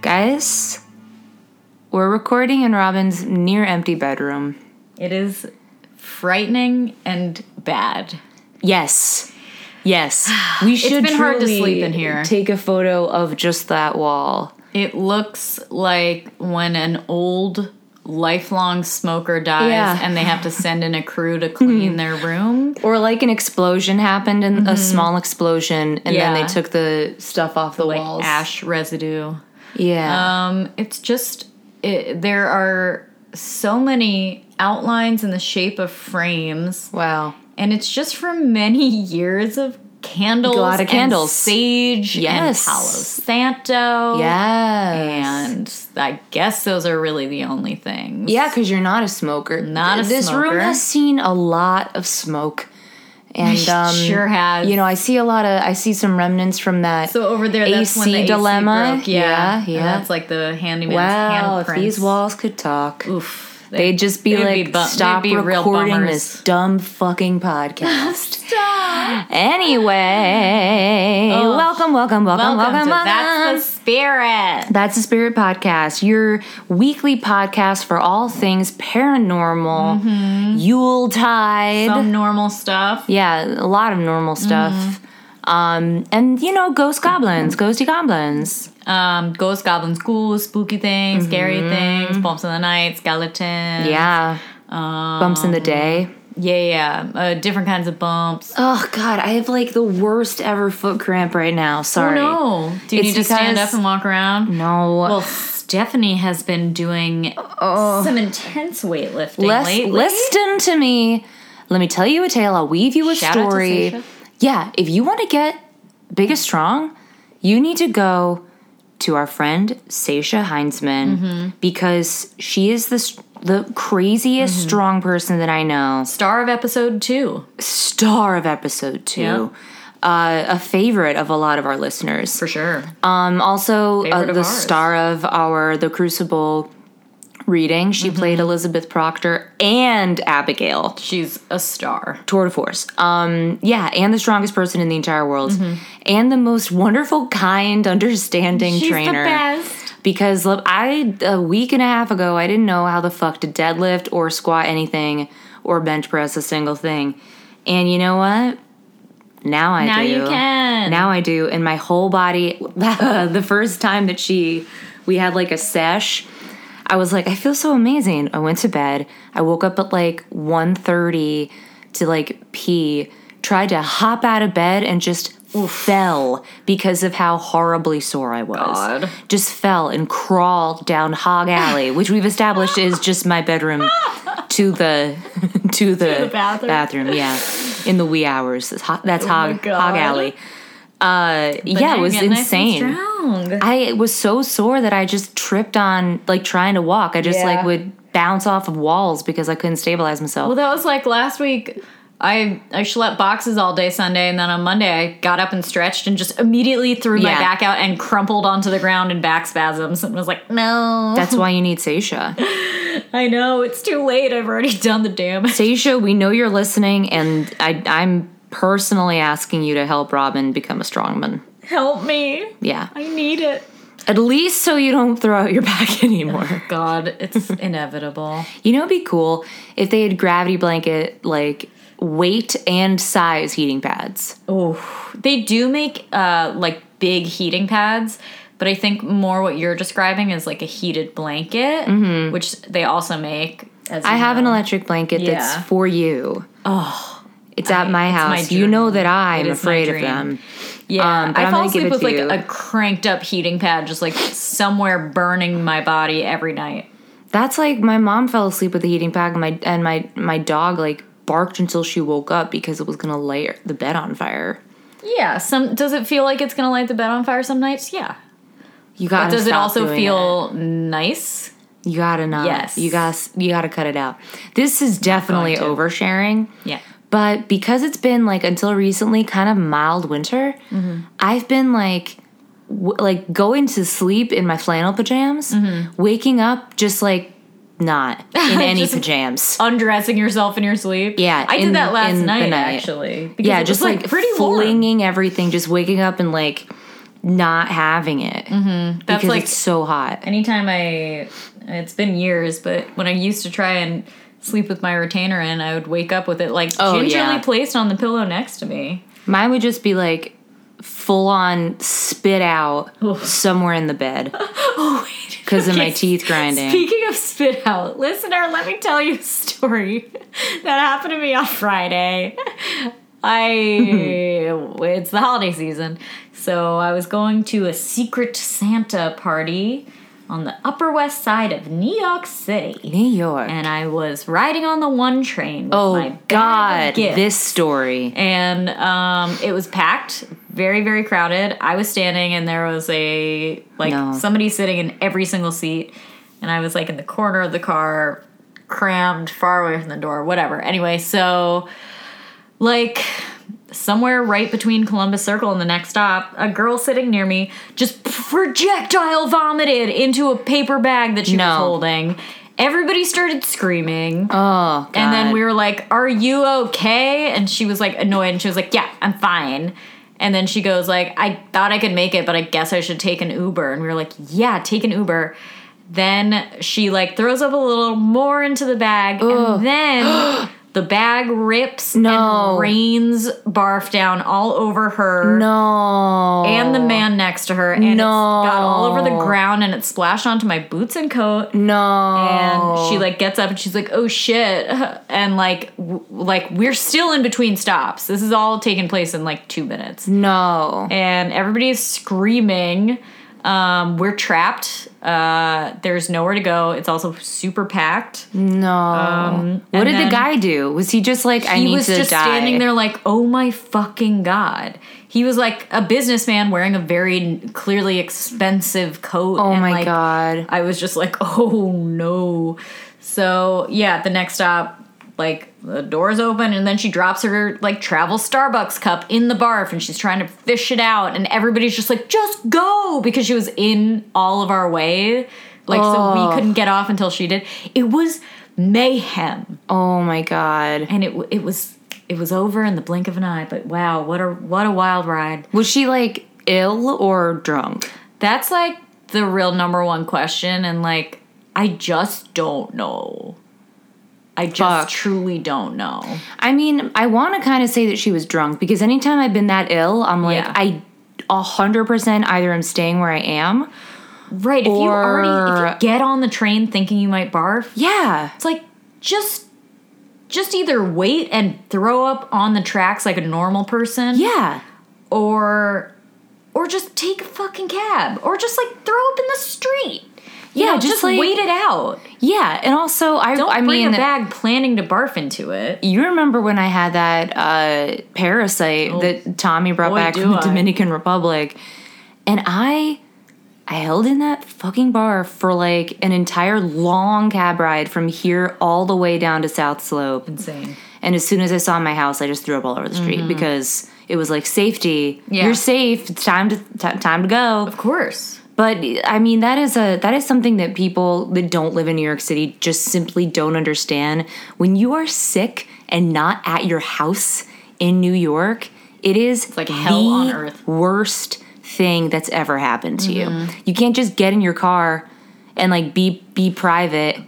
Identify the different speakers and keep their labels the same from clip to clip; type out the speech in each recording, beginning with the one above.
Speaker 1: guys. We're recording in Robin's near empty bedroom.
Speaker 2: It is frightening and bad.
Speaker 1: Yes. Yes. We should
Speaker 2: been hard to
Speaker 1: truly
Speaker 2: sleep in here.
Speaker 1: Take a photo of just that wall.
Speaker 2: It looks like when an old lifelong smoker dies
Speaker 1: Yeah. Hmm.
Speaker 2: and they have to send in a crew to clean their room.
Speaker 1: Or like an explosion happened and a small explosion and then
Speaker 2: Mm-hmm. Yeah.
Speaker 1: they took the stuff off the
Speaker 2: Like
Speaker 1: walls.
Speaker 2: ash residue.
Speaker 1: Yeah.
Speaker 2: Um, it's just it, there are so many outlines in the shape of frames,
Speaker 1: wow.
Speaker 2: and it's just from many years of candles,
Speaker 1: A lot of candles.
Speaker 2: and sage,
Speaker 1: Yes.
Speaker 2: and Palo Santo,
Speaker 1: Yes.
Speaker 2: oh, and I guess those are really the only things.
Speaker 1: Yeah, because you're not a smoker.
Speaker 2: Not a
Speaker 1: this room
Speaker 2: smoker.
Speaker 1: has seen a lot of smoke, and um,
Speaker 2: sure has.
Speaker 1: You know, I see a lot of. I see some remnants from that.
Speaker 2: So over there, that's when
Speaker 1: AC
Speaker 2: the AC
Speaker 1: dilemma?
Speaker 2: broke. Yeah,
Speaker 1: Yeah,
Speaker 2: And
Speaker 1: yeah.
Speaker 2: that's like the handyman's
Speaker 1: wow, if
Speaker 2: handprints.
Speaker 1: these walls could talk,
Speaker 2: Oof,
Speaker 1: they'd just be
Speaker 2: they'd
Speaker 1: like,
Speaker 2: bu- they'd
Speaker 1: "Stop
Speaker 2: be real
Speaker 1: recording
Speaker 2: bummers.
Speaker 1: this dumb fucking podcast."
Speaker 2: Stop.
Speaker 1: anyway,
Speaker 2: Ugh.
Speaker 1: welcome, welcome, welcome, welcome,
Speaker 2: Welcome,
Speaker 1: welcome.
Speaker 2: to That's the Spirit.
Speaker 1: That's the Spirit Podcast, your weekly podcast for all things paranormal,
Speaker 2: Mm-hmm.
Speaker 1: Yule Tide.
Speaker 2: Some normal stuff.
Speaker 1: Yeah, a lot of normal stuff. Um, and you know, ghost goblins, ghosty goblins.
Speaker 2: Um, ghosts, goblins, ghouls, spooky things, scary things, bumps in the night, skeletons.
Speaker 1: Yeah. Um, Bumps in the day.
Speaker 2: Yeah, yeah. Uh, different kinds of bumps.
Speaker 1: Oh God, I have like the worst ever foot cramp right now.
Speaker 2: Oh
Speaker 1: Sorry.
Speaker 2: no. Do you
Speaker 1: It's
Speaker 2: need to stand
Speaker 1: because-
Speaker 2: up and walk around?
Speaker 1: No.
Speaker 2: Well, Stephanie has been doing
Speaker 1: Oh.
Speaker 2: some intense weightlifting
Speaker 1: Lis-
Speaker 2: lately.
Speaker 1: listen to me. Let me tell you a tale. I'll weave you a
Speaker 2: Shout out to
Speaker 1: story.
Speaker 2: Sasha.
Speaker 1: yeah, if you want to get big and strong, you need to go to our friend Sasha Heinzman because she is the s- the craziest strong person that I know.
Speaker 2: Star of episode two.
Speaker 1: Star of episode two.
Speaker 2: Yeah.
Speaker 1: Uh, a favorite of a lot of our listeners.
Speaker 2: For sure.
Speaker 1: Um, also, uh,
Speaker 2: Favorite of
Speaker 1: the
Speaker 2: ours.
Speaker 1: star of our The Crucible reading, she
Speaker 2: Mm-hmm.
Speaker 1: played Elizabeth Proctor and Abigail.
Speaker 2: She's a star.
Speaker 1: tour de force. Um, yeah, and the strongest person in the entire world,
Speaker 2: Mm-hmm.
Speaker 1: and the most wonderful, kind, understanding trainer.
Speaker 2: best.
Speaker 1: Because look, I a week and a half ago, I didn't know how the fuck to deadlift or squat anything or bench press a single thing, and you know what? Now I
Speaker 2: Now
Speaker 1: do.
Speaker 2: you can.
Speaker 1: Now I do, and my whole body. the first time that she, we had like a sesh. I was like, I feel so amazing. I went to bed. I woke up at like 1.30 to like pee. Tried to hop out of bed and just fell because of how horribly sore I was.
Speaker 2: God.
Speaker 1: Just fell and crawled down Hog Alley, which we've established is just my bedroom to the to the,
Speaker 2: the bathroom. Oh
Speaker 1: Yeah, in the wee hours. That's, ho- that's Hog Hog
Speaker 2: God.
Speaker 1: Alley. Uh,
Speaker 2: But
Speaker 1: yeah,
Speaker 2: now
Speaker 1: it
Speaker 2: you
Speaker 1: was
Speaker 2: get nice and
Speaker 1: insane.
Speaker 2: strong.
Speaker 1: I was so sore that I just tripped on like trying to walk. I just
Speaker 2: Yeah.
Speaker 1: like would bounce off of walls because I couldn't stabilize myself.
Speaker 2: Well, that was like last week. I I schlepped boxes all day Sunday, and then on Monday I got up and stretched, and just immediately threw my
Speaker 1: Yeah.
Speaker 2: back out and crumpled onto the ground in back spasms, and was like, "No,
Speaker 1: That's why you need Seisha.
Speaker 2: I know it's too late. I've already done the damage."
Speaker 1: Seisha, we know you're listening, and I, I'm personally asking you to help Robin become a strongman.
Speaker 2: Help me!
Speaker 1: Yeah,
Speaker 2: I need it.
Speaker 1: at least so you don't throw out your back anymore.
Speaker 2: God, it's inevitable.
Speaker 1: You know, it'd be cool if they had gravity blanket like weight and size heating pads.
Speaker 2: Oh, they do make uh like big heating pads, but I think more what you're describing is like a heated blanket, which they also make. As
Speaker 1: Mm-hmm. I
Speaker 2: you
Speaker 1: have an
Speaker 2: know.
Speaker 1: electric blanket
Speaker 2: Yeah.
Speaker 1: that's for you. Oh. It's at my
Speaker 2: my
Speaker 1: house. you
Speaker 2: dream.
Speaker 1: know that I'm
Speaker 2: It is my
Speaker 1: afraid of
Speaker 2: dream.
Speaker 1: them.
Speaker 2: Yeah,
Speaker 1: Um, but
Speaker 2: I
Speaker 1: I'm
Speaker 2: fall
Speaker 1: gonna give it
Speaker 2: asleep with
Speaker 1: to
Speaker 2: like
Speaker 1: you.
Speaker 2: a cranked up heating pad, just like somewhere burning my body every night.
Speaker 1: That's like my mom fell asleep with the heating pad, and my and my my dog like barked until she woke up because it was gonna light the bed on fire.
Speaker 2: Yeah, some does it feel like it's gonna light the bed on fire some nights? Yeah.
Speaker 1: You gotta.
Speaker 2: Does it
Speaker 1: stop
Speaker 2: also
Speaker 1: doing
Speaker 2: feel nice?
Speaker 1: it. You gotta not.
Speaker 2: Yes. Oh
Speaker 1: You gotta. s- You gotta cut it out. This is definitely
Speaker 2: going to.
Speaker 1: oversharing.
Speaker 2: Yeah.
Speaker 1: But because it's been like until recently kind of mild winter,
Speaker 2: Mm-hmm.
Speaker 1: I've been like w- like going to sleep in my flannel pajamas, waking up just like not in any
Speaker 2: Mm-hmm. Just-
Speaker 1: pajamas.
Speaker 2: Undressing yourself in your sleep.
Speaker 1: Yeah,
Speaker 2: I
Speaker 1: in-
Speaker 2: did that last
Speaker 1: in the
Speaker 2: night,
Speaker 1: night.
Speaker 2: actually. because
Speaker 1: Yeah,
Speaker 2: it was,
Speaker 1: just like,
Speaker 2: pretty warm.
Speaker 1: flinging everything, just waking up and like not having it
Speaker 2: Mm-hmm. That's
Speaker 1: because
Speaker 2: like
Speaker 1: it's so hot.
Speaker 2: anytime I it's been years, but when I used to try and sleep with my retainer in, I would wake up with it like
Speaker 1: Oh,
Speaker 2: gingerly
Speaker 1: yeah.
Speaker 2: placed on the pillow next to me.
Speaker 1: Mine would just be like full on spit out
Speaker 2: Oof.
Speaker 1: somewhere in the bed
Speaker 2: Oh wait.
Speaker 1: because of my
Speaker 2: Okay,
Speaker 1: teeth grinding.
Speaker 2: Speaking of spit out, listener, let me tell you a story that happened to me on Friday. I it's the holiday season, so I was going to a secret Santa party on the Upper West Side of New York City.
Speaker 1: New York.
Speaker 2: and I was riding on the one train. With my
Speaker 1: oh
Speaker 2: bag
Speaker 1: God,
Speaker 2: of gifts.
Speaker 1: this story.
Speaker 2: and um, it was packed, very very crowded. I was standing, and there was a like
Speaker 1: No.
Speaker 2: somebody sitting in every single seat, and I was like in the corner of the car, crammed far away from the door. Whatever. Anyway, so like. Somewhere right between Columbus Circle and the next stop, a girl sitting near me just projectile vomited into a paper bag that she
Speaker 1: No.
Speaker 2: was holding. Everybody started screaming.
Speaker 1: Oh God.
Speaker 2: And then we were like, "Are you okay?" And she was like annoyed, and she was like, "Yeah, I'm fine." And then she goes like, "I thought I could make it, but I guess I should take an Uber." And we were like, "Yeah, take an Uber." Then she like throws up a little more into the bag, and then the bag rips
Speaker 1: No.
Speaker 2: and rains barf down all over her
Speaker 1: no.
Speaker 2: and the man next to her, and it's
Speaker 1: No.
Speaker 2: got all over the ground, and it splashed onto my boots and coat
Speaker 1: No.
Speaker 2: and she like gets up and she's like oh shit and like w- like we're still in between stops this is all taking place in like two minutes
Speaker 1: no.
Speaker 2: and everybody is screaming um, we're trapped uh, there's nowhere to go it's also super packed Um,
Speaker 1: No. what
Speaker 2: and
Speaker 1: did the
Speaker 2: then-
Speaker 1: guy do? Was Um, he just like I
Speaker 2: he
Speaker 1: need
Speaker 2: was
Speaker 1: to
Speaker 2: just
Speaker 1: die?
Speaker 2: standing there like oh my fucking god he was like a businessman wearing a very clearly expensive coat
Speaker 1: Oh my
Speaker 2: like,
Speaker 1: God.
Speaker 2: I was just like, oh no. So yeah, the next stop, like the doors open, and then she drops her like travel Starbucks cup in the barf, and she's trying to fish it out, and everybody's just like, just go because she was in all of our way, like so
Speaker 1: Oh.
Speaker 2: we couldn't get off until she did. It was mayhem,
Speaker 1: Oh my God.
Speaker 2: and it w- it was it was over in the blink of an eye. But wow, what a what a wild ride.
Speaker 1: Was she like ill or drunk?
Speaker 2: That's like the real number one question, and like I just don't know. I just
Speaker 1: Fuck.
Speaker 2: truly don't know.
Speaker 1: I mean, I want to kind of say that she was drunk because anytime I've been that ill, I'm like,
Speaker 2: Yeah.
Speaker 1: I a hundred percent either I'm staying where I am.
Speaker 2: Right? If you already if
Speaker 1: Or-
Speaker 2: you get on the train thinking you might barf,
Speaker 1: Yeah.
Speaker 2: it's like just just either wait and throw up on the tracks like a normal person,
Speaker 1: Yeah.
Speaker 2: or or just take a fucking cab, or just like throw up in the street. You
Speaker 1: Yeah,
Speaker 2: know,
Speaker 1: just,
Speaker 2: just,
Speaker 1: like-
Speaker 2: wait it out.
Speaker 1: Yeah. And also, I
Speaker 2: Don't
Speaker 1: I
Speaker 2: bring
Speaker 1: mean,
Speaker 2: a bag planning to barf into it.
Speaker 1: you remember when I had that uh, parasite that Tommy brought
Speaker 2: Oh, boy,
Speaker 1: back
Speaker 2: do
Speaker 1: from the
Speaker 2: I.
Speaker 1: Dominican Republic, and I I held in that fucking bar for like an entire long cab ride from here all the way down to South Slope.
Speaker 2: Insane.
Speaker 1: And as soon as I saw my house, I just threw up all over the street because it was like safety.
Speaker 2: Mm-hmm. Yeah.
Speaker 1: You're safe. It's time to ti- time to go.
Speaker 2: Of course.
Speaker 1: But I mean, that is a that is something that people that don't live in New York City just simply don't understand. When you are sick and not at your house in New York, it is
Speaker 2: like hell
Speaker 1: the
Speaker 2: on earth. Mm-hmm.
Speaker 1: Worst thing that's ever happened to you. You can't just get in your car and like be be private.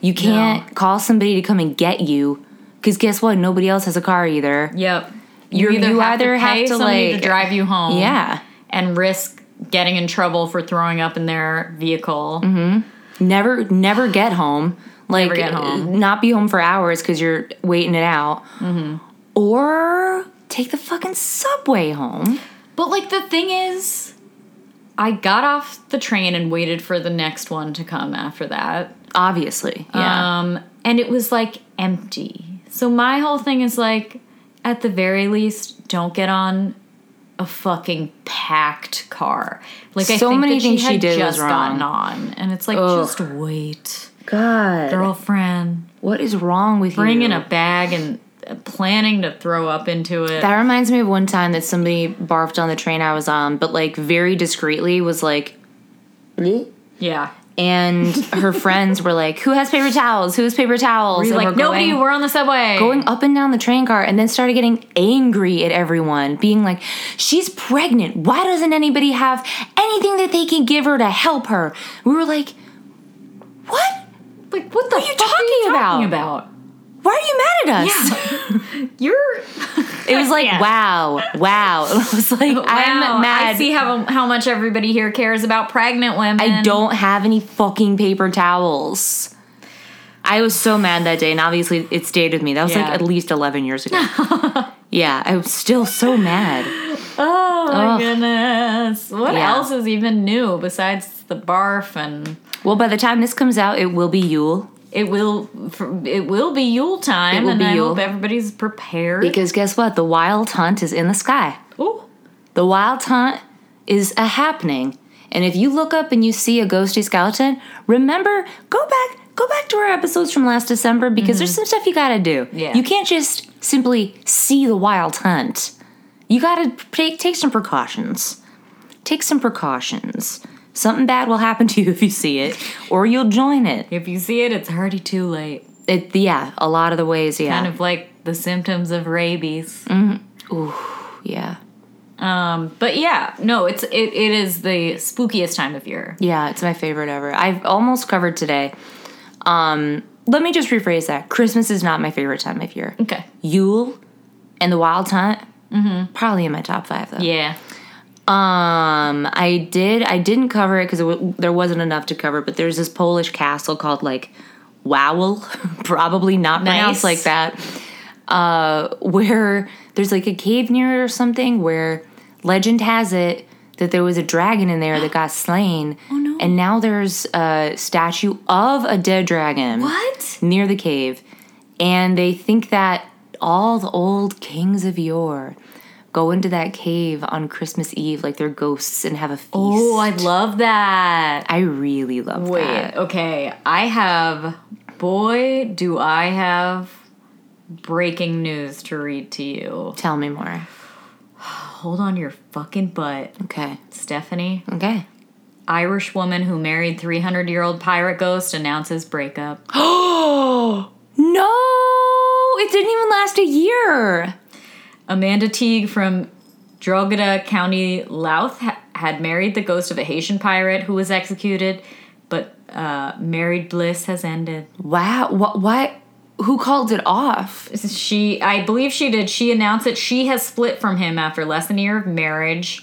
Speaker 1: You can't call somebody to come and get you because guess what? Nobody else has a car either.
Speaker 2: Yep.
Speaker 1: You're- you either have to,
Speaker 2: somebody
Speaker 1: like-
Speaker 2: to drive you home,
Speaker 1: Yeah.
Speaker 2: and risk getting in trouble for throwing up in their vehicle.
Speaker 1: never never get home like
Speaker 2: get home. Mm-hmm.
Speaker 1: not be home for hours because you're waiting it out or take the fucking subway home
Speaker 2: But like the thing is, I got off the train and waited for the next one to come after that.
Speaker 1: obviously yeah
Speaker 2: Um, and it was like empty. So my whole thing is like, at the very least, don't get on a fucking packed car. Like I
Speaker 1: So
Speaker 2: think
Speaker 1: many
Speaker 2: that
Speaker 1: things she
Speaker 2: had
Speaker 1: did was
Speaker 2: just gotten
Speaker 1: wrong.
Speaker 2: on, and it's like
Speaker 1: Ugh.
Speaker 2: just wait,
Speaker 1: god
Speaker 2: girlfriend.
Speaker 1: what is wrong with you
Speaker 2: bringing a bag and uh, planning to throw up into it.
Speaker 1: that reminds me of one time that somebody barfed on the train i was on but like very discreetly was like "Bleh."
Speaker 2: yeah.
Speaker 1: and her friends were like, "Who has paper towels? Who has paper towels?"
Speaker 2: He's
Speaker 1: and
Speaker 2: like,
Speaker 1: we're going-
Speaker 2: nobody, we're on the subway.
Speaker 1: going up and down the train car and then started getting angry at everyone, being like, She's pregnant. Why doesn't anybody have anything that they can give her to help her? We were like, What?
Speaker 2: like, what the
Speaker 1: are you
Speaker 2: fuck are you talking
Speaker 1: talking
Speaker 2: about?
Speaker 1: Why are you mad at us?
Speaker 2: You're.
Speaker 1: It was like, wow, wow. It was like,
Speaker 2: Wow,
Speaker 1: I'm mad.
Speaker 2: I see how how much everybody here cares about pregnant women.
Speaker 1: I don't have any fucking paper towels. I was so mad that day, and obviously it stayed with me. That was
Speaker 2: Yeah.
Speaker 1: like at least 11 years ago. yeah, I'm still so mad.
Speaker 2: Oh my
Speaker 1: Ugh.
Speaker 2: goodness! What
Speaker 1: Yeah.
Speaker 2: else is even new besides the barf and
Speaker 1: Well, by the time this comes out, it will be Yule.
Speaker 2: it will for- it will be Yule time,
Speaker 1: It will
Speaker 2: and
Speaker 1: be
Speaker 2: I
Speaker 1: Yule.
Speaker 2: hope everybody's prepared.
Speaker 1: Because guess what? The wild hunt is in the sky.
Speaker 2: Ooh.
Speaker 1: The wild hunt is a happening. And if you look up and you see a ghosty skeleton, remember, go back, go back to our episodes from last December because there's some stuff you gotta do.
Speaker 2: Mm-hmm. Yeah.
Speaker 1: You can't just simply see the wild hunt. You gotta take, take some precautions. Take some precautions. Something bad will happen to you if you see it, or you'll join it.
Speaker 2: if you see it, it's already too late.
Speaker 1: it yeah, a lot of the ways, yeah.
Speaker 2: Kind of like the symptoms of rabies.
Speaker 1: yeah.
Speaker 2: Um, but yeah, no, it's it, it is the spookiest time of year.
Speaker 1: Yeah, it's my favorite ever. I've almost covered today. Um, let me just rephrase that. Christmas is not my favorite time of year.
Speaker 2: Okay.
Speaker 1: Yule and the Wild Hunt, probably in my top five though.
Speaker 2: Yeah.
Speaker 1: Um, I did. I didn't cover it because w- there wasn't enough to cover. But there's this Polish castle called like Wawel, probably not pronounced
Speaker 2: Nice.
Speaker 1: like that. Uh, where there's like a cave near it or something where legend has it that there was a dragon in there that got slain. Oh
Speaker 2: no.
Speaker 1: And now there's a statue of a dead dragon
Speaker 2: What?
Speaker 1: near the cave, and they think that all the old kings of yore go into that cave on Christmas Eve like they're ghosts and have a feast.
Speaker 2: Oh, I love that.
Speaker 1: I really love
Speaker 2: Wait,
Speaker 1: that.
Speaker 2: okay. I have, boy, do I have breaking news to read to you.
Speaker 1: Tell me more.
Speaker 2: Hold on your fucking butt,
Speaker 1: Okay.
Speaker 2: Stephanie.
Speaker 1: Okay.
Speaker 2: Irish woman who married 300 year old pirate ghost announces breakup.
Speaker 1: Oh no! It didn't even last a year.
Speaker 2: Amanda Teague from Drogheda County, Louth, ha- had married the ghost of a Haitian pirate who was executed, but uh, married bliss has ended.
Speaker 1: Wow. What? What? Who called it off?
Speaker 2: she i believe she did she announced that she has split from him after less than a year of marriage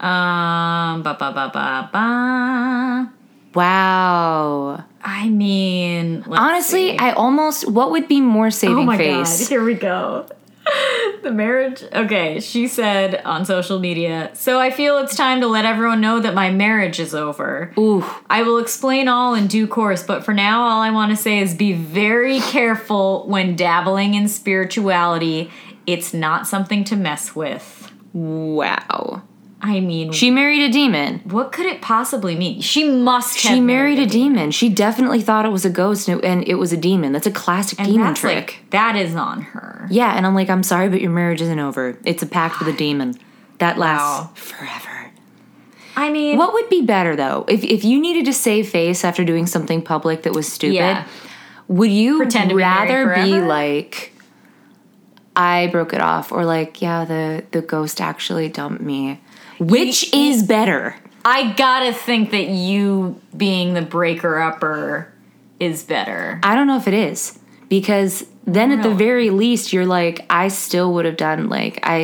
Speaker 2: um ba ba ba ba ba
Speaker 1: Wow.
Speaker 2: i mean let's
Speaker 1: Honestly,
Speaker 2: see.
Speaker 1: I almost. What would be more saving
Speaker 2: oh my
Speaker 1: face?
Speaker 2: god here we go the marriage okay she said on social media so i feel it's time to let everyone know that my marriage is over
Speaker 1: Ooh.
Speaker 2: I will explain all in due course, but for now, all I want to say is be very careful when dabbling in spirituality. It's not something to mess with.
Speaker 1: Wow.
Speaker 2: I mean,
Speaker 1: She married a demon.
Speaker 2: what could it possibly mean? She must have
Speaker 1: She married a demon. She definitely thought it was a ghost and it, and it was a demon. That's a classic
Speaker 2: and
Speaker 1: demon
Speaker 2: that's
Speaker 1: trick.
Speaker 2: Like, that is on her.
Speaker 1: yeah, and I'm like, I'm sorry, but your marriage isn't over. It's a pact with a demon. That lasts
Speaker 2: Wow.
Speaker 1: forever.
Speaker 2: I mean,
Speaker 1: What would be better though? If if you needed to save face after doing something public that was stupid,
Speaker 2: yeah,
Speaker 1: would you
Speaker 2: Pretend to be married
Speaker 1: rather be
Speaker 2: forever?
Speaker 1: like I broke it off or like, yeah, the the ghost actually dumped me? Which is better?
Speaker 2: I gotta think that you being the breaker upper is better.
Speaker 1: I don't know if it is because then at the very least you're like I still would have done like I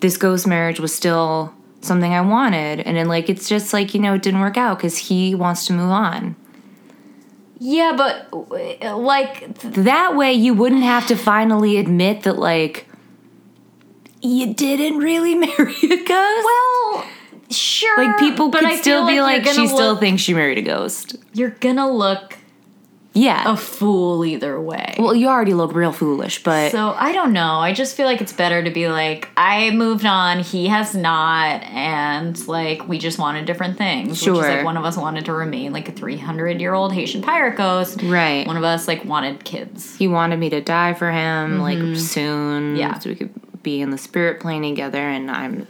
Speaker 1: this ghost marriage was still something I wanted and then like it's just like you know it didn't work out cuz he wants to move on.
Speaker 2: Yeah, but uh, like
Speaker 1: That way you wouldn't have to finally admit that like you didn't really marry a ghost.
Speaker 2: Well, sure.
Speaker 1: like people
Speaker 2: but
Speaker 1: could
Speaker 2: I
Speaker 1: still
Speaker 2: feel
Speaker 1: be
Speaker 2: you're
Speaker 1: like
Speaker 2: gonna
Speaker 1: she still
Speaker 2: look-
Speaker 1: thinks she married a ghost.
Speaker 2: you're gonna look
Speaker 1: Yeah.
Speaker 2: a fool either way.
Speaker 1: well, you already look real foolish, but
Speaker 2: so I don't know. I just feel like it's better to be like, I moved on, he has not, and like we just wanted different things. Which is
Speaker 1: Sure.
Speaker 2: like one of us wanted to remain like a three hundred year old Haitian pirate ghost.
Speaker 1: Right.
Speaker 2: One of us like wanted kids.
Speaker 1: he wanted me to die for him like soon
Speaker 2: Mm-hmm. Yeah.
Speaker 1: so we could be in the spirit plane together and i'm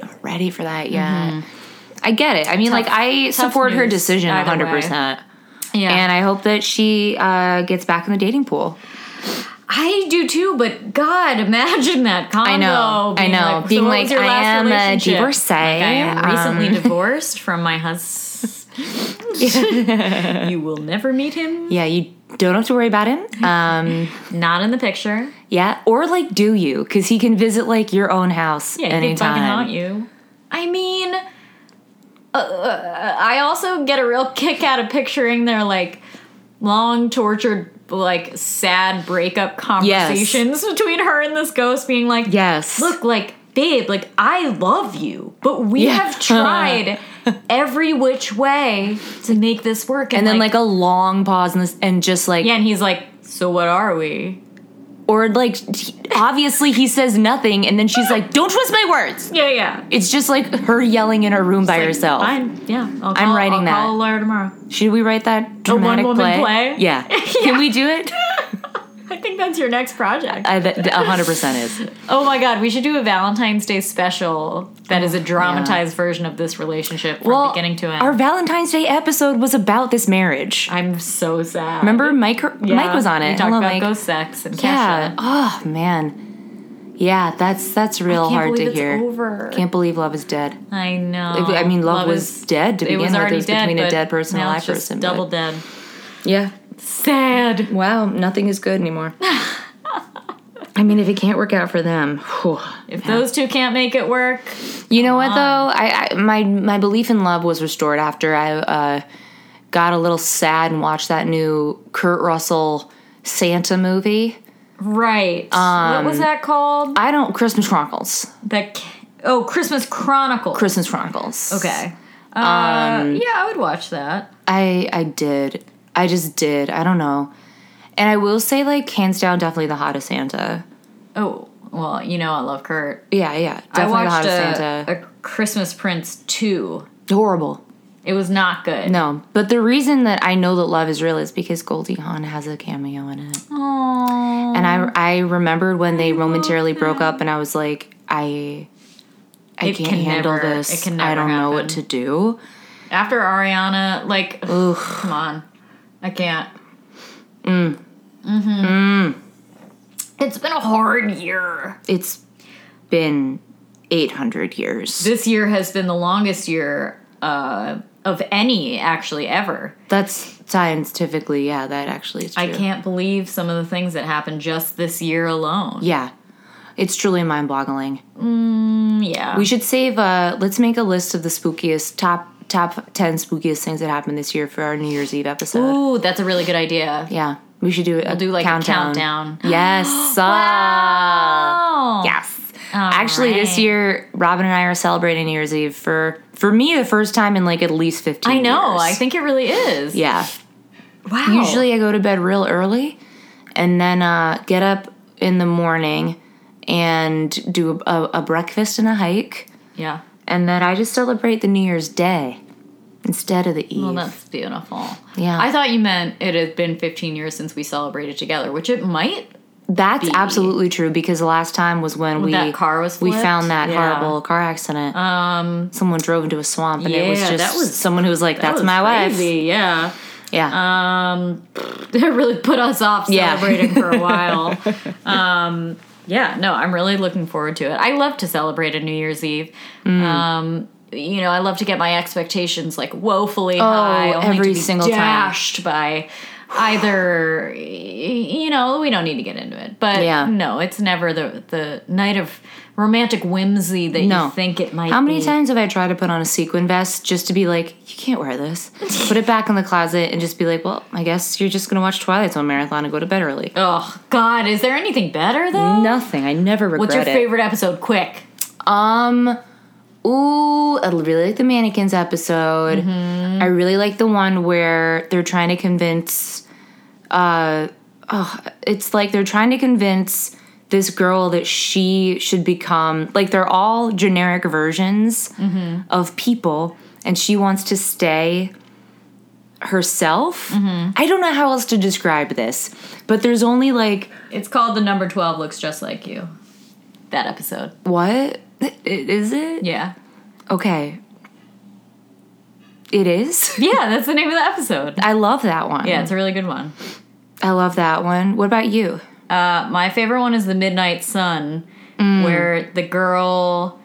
Speaker 1: not ready for that yet I get it. I mean,
Speaker 2: Mm-hmm. Tough-
Speaker 1: like I
Speaker 2: tough
Speaker 1: support her
Speaker 2: news
Speaker 1: decision
Speaker 2: either way.
Speaker 1: 100%.
Speaker 2: Yeah.
Speaker 1: And I hope that she uh, gets back in the dating pool.
Speaker 2: I do too, but God, imagine that combo.
Speaker 1: I know, I
Speaker 2: Being
Speaker 1: know,
Speaker 2: Like,
Speaker 1: being
Speaker 2: so what
Speaker 1: like,
Speaker 2: was your
Speaker 1: I
Speaker 2: last
Speaker 1: am a
Speaker 2: relationship?
Speaker 1: divorcee,
Speaker 2: Like, I am recently
Speaker 1: um,
Speaker 2: divorced from my husband. you will never meet him.
Speaker 1: Yeah, you don't have to worry about him. Um,
Speaker 2: Not in the picture.
Speaker 1: yeah, or like, do you? Because he can visit like your own house
Speaker 2: Yeah, he can
Speaker 1: anytime.
Speaker 2: fucking haunt you. I mean, uh, I also get a real kick out of picturing their like long tortured. Like sad breakup conversations between her and this ghost, being like,
Speaker 1: Yes.
Speaker 2: look like babe like i love you but we
Speaker 1: Yeah.
Speaker 2: have tried every which way to make this work
Speaker 1: and then like, a long pause and, this, and just like,
Speaker 2: yeah and he's like so what are we
Speaker 1: or like, he- obviously he says nothing, and then she's like, "Don't twist my words."
Speaker 2: yeah yeah
Speaker 1: It's just like her yelling in her room by herself.
Speaker 2: Fine. Yeah, I'll
Speaker 1: I'm
Speaker 2: call-
Speaker 1: writing
Speaker 2: I'll
Speaker 1: that.
Speaker 2: Call a lawyer tomorrow.
Speaker 1: Should we write that dramatic
Speaker 2: one-woman play?
Speaker 1: Yeah.
Speaker 2: Yeah.
Speaker 1: Can we do it?
Speaker 2: I think that's your next project.
Speaker 1: I bet a hundred percent is.
Speaker 2: oh my god, we should do a Valentine's Day special that is a dramatized version of this relationship from
Speaker 1: Oh, Well,
Speaker 2: beginning to end.
Speaker 1: Our Valentine's Day episode was about this marriage.
Speaker 2: I'm so sad.
Speaker 1: Remember, Mike?
Speaker 2: Yeah,
Speaker 1: Mike was on it.
Speaker 2: We talked
Speaker 1: Hello,
Speaker 2: about
Speaker 1: Mike.
Speaker 2: ghost sex and
Speaker 1: yeah.
Speaker 2: Kesha.
Speaker 1: Oh man. Yeah, that's that's real
Speaker 2: Can't
Speaker 1: hard
Speaker 2: believe
Speaker 1: to
Speaker 2: it's
Speaker 1: hear.
Speaker 2: over.
Speaker 1: Can't believe love is dead.
Speaker 2: I know.
Speaker 1: If- I mean, love, was
Speaker 2: is-
Speaker 1: dead to
Speaker 2: it
Speaker 1: begin
Speaker 2: was
Speaker 1: with. It
Speaker 2: already
Speaker 1: was
Speaker 2: dead
Speaker 1: between
Speaker 2: but
Speaker 1: a dead person and a
Speaker 2: now
Speaker 1: live
Speaker 2: it's just
Speaker 1: person. but-
Speaker 2: Double dead.
Speaker 1: Yeah.
Speaker 2: Sad.
Speaker 1: Wow. Nothing is good anymore. I mean, if it can't work out for them, whew.
Speaker 2: If those two can't make it work,
Speaker 1: You know what though? I, I my my belief in love was restored after I uh, got a little sad and watched that new Kurt Russell Santa movie.
Speaker 2: right? what
Speaker 1: Um,
Speaker 2: was that called?
Speaker 1: I don't Christmas Chronicles.
Speaker 2: The c- oh, Christmas Chronicle.
Speaker 1: Christmas Chronicles.
Speaker 2: okay. Uh,
Speaker 1: um,
Speaker 2: yeah, I would watch that.
Speaker 1: I I did. I just did. I don't know. And I will say, like, hands down, definitely the hottest Santa.
Speaker 2: Oh, well, you know I love Kurt.
Speaker 1: Yeah, yeah, definitely the
Speaker 2: I watched uh,
Speaker 1: hottest
Speaker 2: a,
Speaker 1: Santa.
Speaker 2: a Christmas Prince two.
Speaker 1: Horrible.
Speaker 2: It was not good.
Speaker 1: No, but the reason that I know that love is real is because Goldie Hawn has a cameo in it.
Speaker 2: Aw.
Speaker 1: And I I remembered when they momentarily broke up, and I was like, I I
Speaker 2: It
Speaker 1: can't
Speaker 2: can
Speaker 1: handle
Speaker 2: never-
Speaker 1: this.
Speaker 2: it can
Speaker 1: I
Speaker 2: never
Speaker 1: don't know
Speaker 2: happen.
Speaker 1: what to do.
Speaker 2: After Ariana, like, ugh, come on, I can't. Mm. Mm-hmm.
Speaker 1: Mm.
Speaker 2: Mm. It's been a hard year.
Speaker 1: It's been eight hundred years.
Speaker 2: This year has been the longest year uh, of any, actually, ever.
Speaker 1: That's scientifically, yeah, that actually is true.
Speaker 2: I can't believe some of the things that happened just this year alone.
Speaker 1: Yeah, it's truly mind boggling.
Speaker 2: Mm, yeah.
Speaker 1: We should save. Uh, let's make a list of the spookiest top top ten spookiest things that happened this year for our New Year's Eve episode.
Speaker 2: Ooh, that's a really good idea.
Speaker 1: Yeah, we should do a
Speaker 2: Do like
Speaker 1: countdown.
Speaker 2: a countdown.
Speaker 1: Yes. uh,
Speaker 2: Wow.
Speaker 1: Yes.
Speaker 2: Oh, All
Speaker 1: Actually, this
Speaker 2: right.
Speaker 1: year, Robin and I are celebrating New Year's Eve for for me the first time in like at least fifteen.
Speaker 2: I know.
Speaker 1: years.
Speaker 2: I Oh. think it really is.
Speaker 1: yeah.
Speaker 2: Wow.
Speaker 1: Usually, I go to bed real early, and then uh, get up in the morning and do a, a, a breakfast and a hike,
Speaker 2: Yeah.
Speaker 1: and then I just celebrate the New Year's Day instead of the Eve.
Speaker 2: Well, that's beautiful.
Speaker 1: Yeah.
Speaker 2: I thought you meant it had been 15 years since we celebrated together, which it might.
Speaker 1: that's absolutely true because the last time was when we
Speaker 2: that car was
Speaker 1: we
Speaker 2: flipped?
Speaker 1: found that
Speaker 2: Yeah.
Speaker 1: horrible car accident.
Speaker 2: Um,
Speaker 1: someone drove into a swamp, and it was
Speaker 2: yeah,
Speaker 1: just
Speaker 2: that was-
Speaker 1: someone who was like,
Speaker 2: that
Speaker 1: "That's
Speaker 2: was
Speaker 1: my wife."
Speaker 2: crazy, Yeah.
Speaker 1: Yeah.
Speaker 2: Um, that really put us off
Speaker 1: Yeah.
Speaker 2: celebrating for a while. um, yeah, no, I'm really looking forward to it. I love to celebrate a New Year's Eve.
Speaker 1: Mm.
Speaker 2: Um, you know, I love to get my expectations like woefully high, only
Speaker 1: Oh, every
Speaker 2: to be
Speaker 1: single time.
Speaker 2: dashed by either. y- You know, we don't need to get into it, but
Speaker 1: Yeah.
Speaker 2: no, it's never the the night of romantic whimsey that
Speaker 1: No.
Speaker 2: you think it might.
Speaker 1: How many
Speaker 2: be.
Speaker 1: times have I tried to put on a sequin vest just to be like, you can't wear this? put it back in the closet and just be like, well, I guess you're just gonna watch Twilight Zone marathon and go to bed early.
Speaker 2: Oh God, is there anything better though?
Speaker 1: Nothing. I never regret
Speaker 2: Oh. What's your
Speaker 1: it.
Speaker 2: favorite episode? Quick.
Speaker 1: Um, ooh, I really like the mannequins episode. I really like the one where they're trying to convince. Uh, oh, it's like they're trying to convince this girl that she should become like they're all generic versions of people, and she wants to stay herself. I don't know how else to describe this, but there's only like
Speaker 2: It's called The Number 12 Looks Just Like You. That episode.
Speaker 1: what I- is it?
Speaker 2: Yeah.
Speaker 1: Okay. it is.
Speaker 2: Yeah, that's the name of the episode.
Speaker 1: I love that one.
Speaker 2: Yeah, it's a really good one.
Speaker 1: I love that one. What about you?
Speaker 2: Uh, my favorite one is The Midnight Sun, where the girl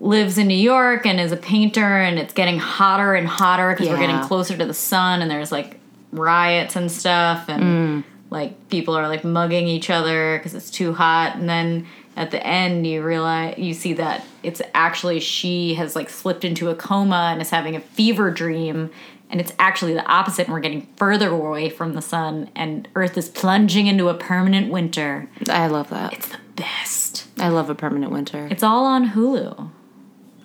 Speaker 2: lives in New York and is a painter, and it's getting hotter and hotter because we're getting
Speaker 1: Yeah.
Speaker 2: closer to the sun, and there's like riots and stuff, and like people are like mugging each other because it's too hot, and then at the end you realize you see that it's actually she has like slipped into a coma and is having a fever dream and it's actually the opposite and we're getting further away from the sun and earth is plunging into a permanent winter
Speaker 1: I love that.
Speaker 2: it's the best
Speaker 1: I love a permanent winter.
Speaker 2: it's all on hulu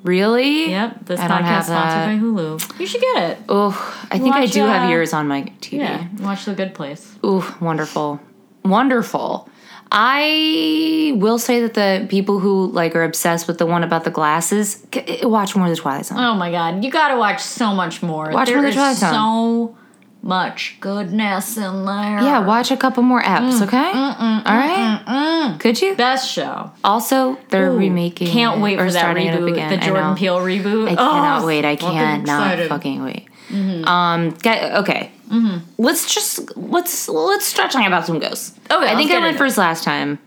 Speaker 1: Really?
Speaker 2: Yep, this
Speaker 1: I don't
Speaker 2: podcast
Speaker 1: have
Speaker 2: sponsored
Speaker 1: that.
Speaker 2: by Hulu. You should get it.
Speaker 1: Oh, I think I
Speaker 2: Watch,
Speaker 1: do
Speaker 2: uh,
Speaker 1: have yours on my TV.
Speaker 2: Yeah, watch The Good Place.
Speaker 1: Ooh, wonderful. Wonderful. I will say that the people who like are obsessed with the one about the glasses c- eh, watch more of the Twilight Zone.
Speaker 2: Oh my god, you gotta watch so much more.
Speaker 1: Watch
Speaker 2: There
Speaker 1: more The
Speaker 2: is
Speaker 1: Twilight Zone.
Speaker 2: so much goodness in there.
Speaker 1: yeah, watch a couple more apps,
Speaker 2: Mm,
Speaker 1: okay? All right? Could you?
Speaker 2: best show.
Speaker 1: Also, they're
Speaker 2: mm. Ooh,
Speaker 1: remaking.
Speaker 2: Can't
Speaker 1: it,
Speaker 2: wait
Speaker 1: or
Speaker 2: for that
Speaker 1: starting it up
Speaker 2: reboot,
Speaker 1: again.
Speaker 2: the
Speaker 1: I
Speaker 2: Jordan
Speaker 1: know.
Speaker 2: Peele reboot.
Speaker 1: I
Speaker 2: Oh,
Speaker 1: cannot wait. I can't not fucking wait.
Speaker 2: Mm-hmm.
Speaker 1: Um. Get, okay. Let's just let's let's start talking about some ghosts.
Speaker 2: Okay,
Speaker 1: I
Speaker 2: let's
Speaker 1: think
Speaker 2: get
Speaker 1: I went
Speaker 2: into it.
Speaker 1: first last time.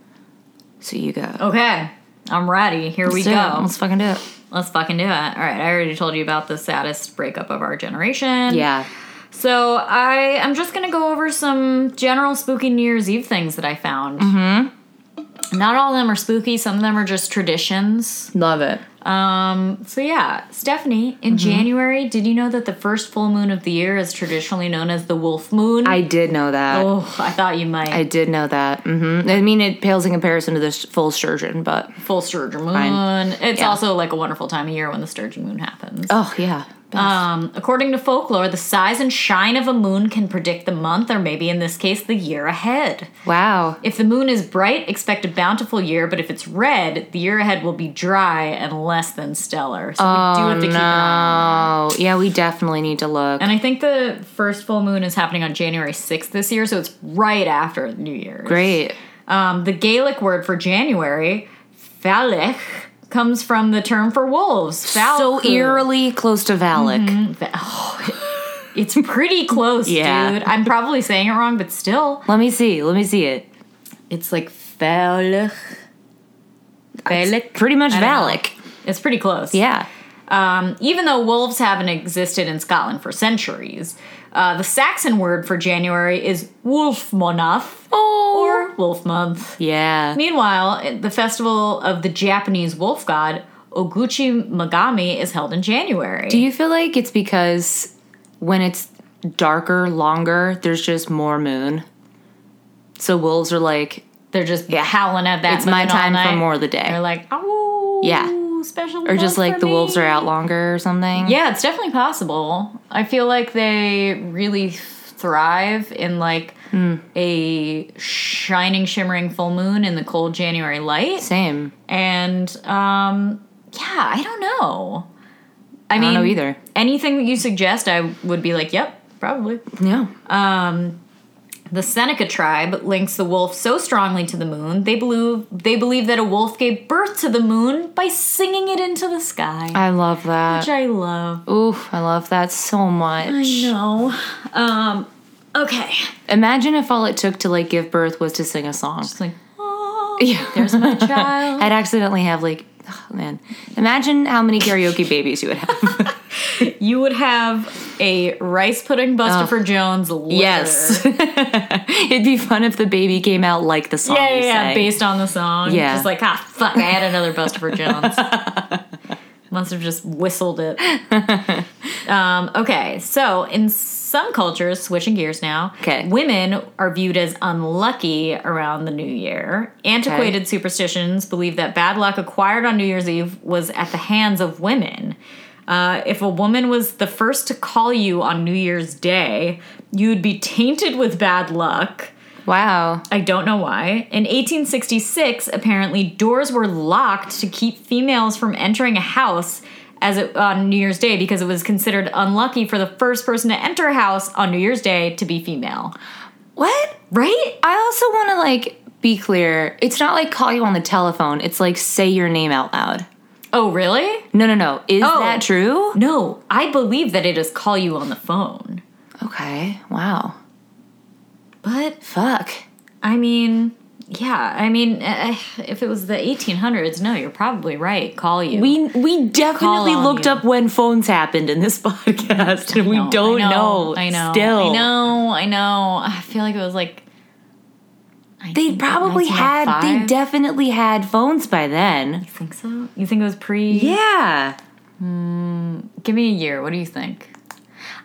Speaker 1: So you go.
Speaker 2: Okay, I'm ready. Here we
Speaker 1: Let's do it.
Speaker 2: go.
Speaker 1: Let's fucking do it.
Speaker 2: Let's fucking do it. All right, I already told you about the saddest breakup of our generation.
Speaker 1: Yeah.
Speaker 2: So I I'm just gonna go over some general spooky New Year's Eve things that I found. Mm-hmm. Not all of them are spooky. Some of them are just traditions.
Speaker 1: Love it.
Speaker 2: Um, so yeah, Stephanie,
Speaker 1: Mm-hmm.
Speaker 2: in January, did you know that the first full moon of the year is traditionally known as the Wolf Moon?
Speaker 1: I did know that.
Speaker 2: oh, I thought you might.
Speaker 1: I did know that. hmm I mean, it pales in comparison to the s- full sturgeon, but
Speaker 2: Full sturgeon moon. It's also like a wonderful time of year when the sturgeon moon happens.
Speaker 1: oh yeah,
Speaker 2: Um, according to folklore, the size and shine of a moon can predict the month, or maybe in this case, the year ahead.
Speaker 1: wow.
Speaker 2: If the moon is bright, expect a bountiful year, but if it's red, the year ahead will be dry and less than stellar. So we do have to keep an eye on that.
Speaker 1: Oh yeah, we definitely need to look.
Speaker 2: And I think the first full moon is happening on January 6th this year, so it's right after New Year's.
Speaker 1: Great.
Speaker 2: Um, the Gaelic word for January, phallic, comes from the term for wolves.
Speaker 1: So
Speaker 2: falcú.
Speaker 1: eerily close to Valak.
Speaker 2: Fa- oh, it's pretty close,
Speaker 1: Yeah.
Speaker 2: dude. I'm probably saying it wrong, but still.
Speaker 1: Let me see. Let me see it.
Speaker 2: It's like phallic. Phallic.
Speaker 1: Pretty much
Speaker 2: I don't know.
Speaker 1: Valak.
Speaker 2: It's pretty close.
Speaker 1: Yeah.
Speaker 2: Um, even though wolves haven't existed in Scotland for centuries, uh, the Saxon word for January is Wolfmonaf
Speaker 1: Oh.
Speaker 2: or Wolf Month.
Speaker 1: yeah.
Speaker 2: Meanwhile, it- the festival of the Japanese wolf god Oguchi Magami is held in January.
Speaker 1: Do you feel like it's because when it's darker, longer, there's just more moon? So wolves are like,
Speaker 2: They're just howling at that.
Speaker 1: it's my
Speaker 2: moon all
Speaker 1: time for
Speaker 2: night.
Speaker 1: more of the
Speaker 2: They're
Speaker 1: day.
Speaker 2: like, oh,
Speaker 1: Yeah.
Speaker 2: special.
Speaker 1: Or just like the wolves are out longer or something.
Speaker 2: Yeah, it's definitely possible. I feel like they really thrive in like
Speaker 1: Hmm.
Speaker 2: a shining, shimmering full moon in the cold January light.
Speaker 1: Same.
Speaker 2: And um, yeah, I don't know. I,
Speaker 1: I
Speaker 2: mean,
Speaker 1: don't know either.
Speaker 2: anything that you suggest, I would be like, yep, probably.
Speaker 1: Yeah.
Speaker 2: The Seneca tribe links the wolf so strongly to the moon, they believe they believe that a wolf gave birth to the moon by singing it into the sky,
Speaker 1: I love that.
Speaker 2: which I love.
Speaker 1: Oof, I love that so much.
Speaker 2: I know. Um, okay.
Speaker 1: Imagine if all it took to like give birth was to sing a song.
Speaker 2: It's like, oh,
Speaker 1: Yeah.
Speaker 2: there's my child.
Speaker 1: I'd accidentally have like, oh, man. Imagine how many karaoke babies you would have.
Speaker 2: you would have a rice pudding Buster Jones. Litter.
Speaker 1: Yes. It'd be fun if the baby came out like the song.
Speaker 2: Yeah, yeah,
Speaker 1: you
Speaker 2: yeah,
Speaker 1: sang.
Speaker 2: based on the song.
Speaker 1: Yeah.
Speaker 2: Just like, ah, fuck, I had another Buster for Jones. Must have just whistled it. um, okay, so in some cultures, switching gears now,
Speaker 1: Okay.
Speaker 2: women are viewed as unlucky around the new year. Antiquated superstitions believe that bad luck acquired on New Year's Eve was at the hands of women. Uh, if a woman was the first to call you on New Year's Day, you'd be tainted with bad luck.
Speaker 1: Wow.
Speaker 2: I don't know why. In 1866, apparently doors were locked to keep females from entering a house as it, on New Year's Day because it was considered unlucky for the first person to enter a house on New Year's Day to be female.
Speaker 1: What?
Speaker 2: Right?
Speaker 1: I also want to like be clear. It's not like call you on the telephone. It's like say your name out loud.
Speaker 2: Oh, really?
Speaker 1: No, no, no. Is
Speaker 2: Oh.
Speaker 1: that true?
Speaker 2: No, I believe that it is call you on the phone.
Speaker 1: Okay. Wow.
Speaker 2: But
Speaker 1: Fuck.
Speaker 2: I mean, yeah, I mean, eh, eh, if it was the 1800s, no, you're probably right. Call you.
Speaker 1: We we definitely
Speaker 2: on
Speaker 1: looked
Speaker 2: you.
Speaker 1: up when phones happened in this podcast, and we
Speaker 2: No,
Speaker 1: don't
Speaker 2: I
Speaker 1: know,
Speaker 2: I know.
Speaker 1: Still,
Speaker 2: I know. I know. I feel like it was like. I
Speaker 1: They
Speaker 2: think
Speaker 1: probably had. They
Speaker 2: 1905.
Speaker 1: definitely had phones by then.
Speaker 2: You think so? You think it was pre? mm,
Speaker 1: Yeah.
Speaker 2: Give me a year. What do you think?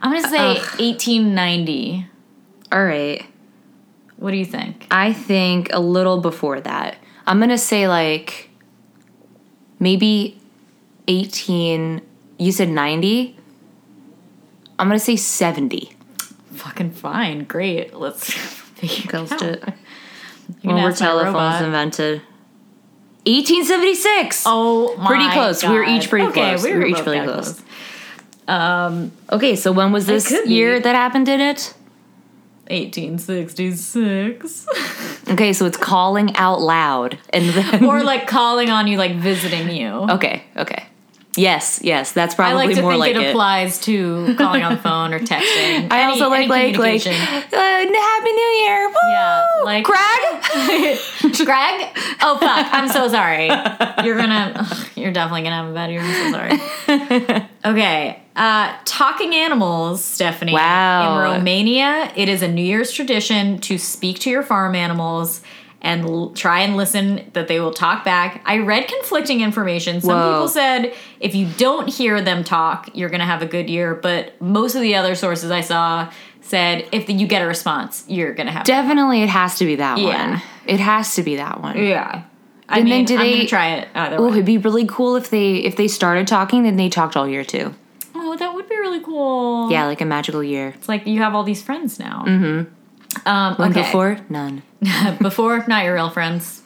Speaker 2: I'm gonna say
Speaker 1: Ugh.
Speaker 2: 1890.
Speaker 1: All right.
Speaker 2: What do you think?
Speaker 1: I think a little before that. I'm gonna say like maybe 18. You said 90. I'm gonna say 70.
Speaker 2: Fucking fine. Great. Let's figure
Speaker 1: Girls
Speaker 2: it
Speaker 1: do
Speaker 2: out.
Speaker 1: it.
Speaker 2: You can
Speaker 1: when were
Speaker 2: ask my
Speaker 1: telephones
Speaker 2: robot.
Speaker 1: invented? 1876.
Speaker 2: Oh my
Speaker 1: Pretty close. We were each pretty
Speaker 2: God. Okay,
Speaker 1: close.
Speaker 2: We were,
Speaker 1: each
Speaker 2: both
Speaker 1: pretty
Speaker 2: that
Speaker 1: close. Um, Okay, so when was this
Speaker 2: could be.
Speaker 1: year that happened in it?
Speaker 2: 1866.
Speaker 1: Okay, so it's calling out loud, and then
Speaker 2: or like calling on you, like visiting you.
Speaker 1: okay, okay, yes, yes, that's
Speaker 2: I
Speaker 1: probably
Speaker 2: like to
Speaker 1: more
Speaker 2: think
Speaker 1: like
Speaker 2: it, applies to calling on the phone or texting.
Speaker 1: I
Speaker 2: Any-
Speaker 1: also like
Speaker 2: any
Speaker 1: like like uh,
Speaker 2: communication.
Speaker 1: Happy New Year, Woo!
Speaker 2: Yeah, like-
Speaker 1: Greg.
Speaker 2: Greg. Oh fuck! I'm so sorry. You're gonna. ugh, you're definitely gonna have a bad year. I'm so sorry. Okay. Uh, talking animals, Stephanie.
Speaker 1: Wow.
Speaker 2: In Romania, it is a New Year's tradition to speak to your farm animals and l- try and listen that they will talk back. I read conflicting information. Some
Speaker 1: Whoa.
Speaker 2: people said if you don't hear them talk, you're going to have a good year, but most of the other sources I saw said if you get a response, you're going to have
Speaker 1: Definitely, it has to be that
Speaker 2: Yeah.
Speaker 1: one. It has to be that one.
Speaker 2: Yeah. I
Speaker 1: And then
Speaker 2: mean,
Speaker 1: do
Speaker 2: I'm
Speaker 1: they-
Speaker 2: going to try it either
Speaker 1: Oh,
Speaker 2: way.
Speaker 1: it'd be really cool if they if they started talking, then they talked all year too.
Speaker 2: Oh, that would be really cool.
Speaker 1: Yeah, like a magical year.
Speaker 2: It's like you have all these friends now. Mm-hmm. Um,
Speaker 1: One
Speaker 2: okay.
Speaker 1: before none.
Speaker 2: Before, not your real friends.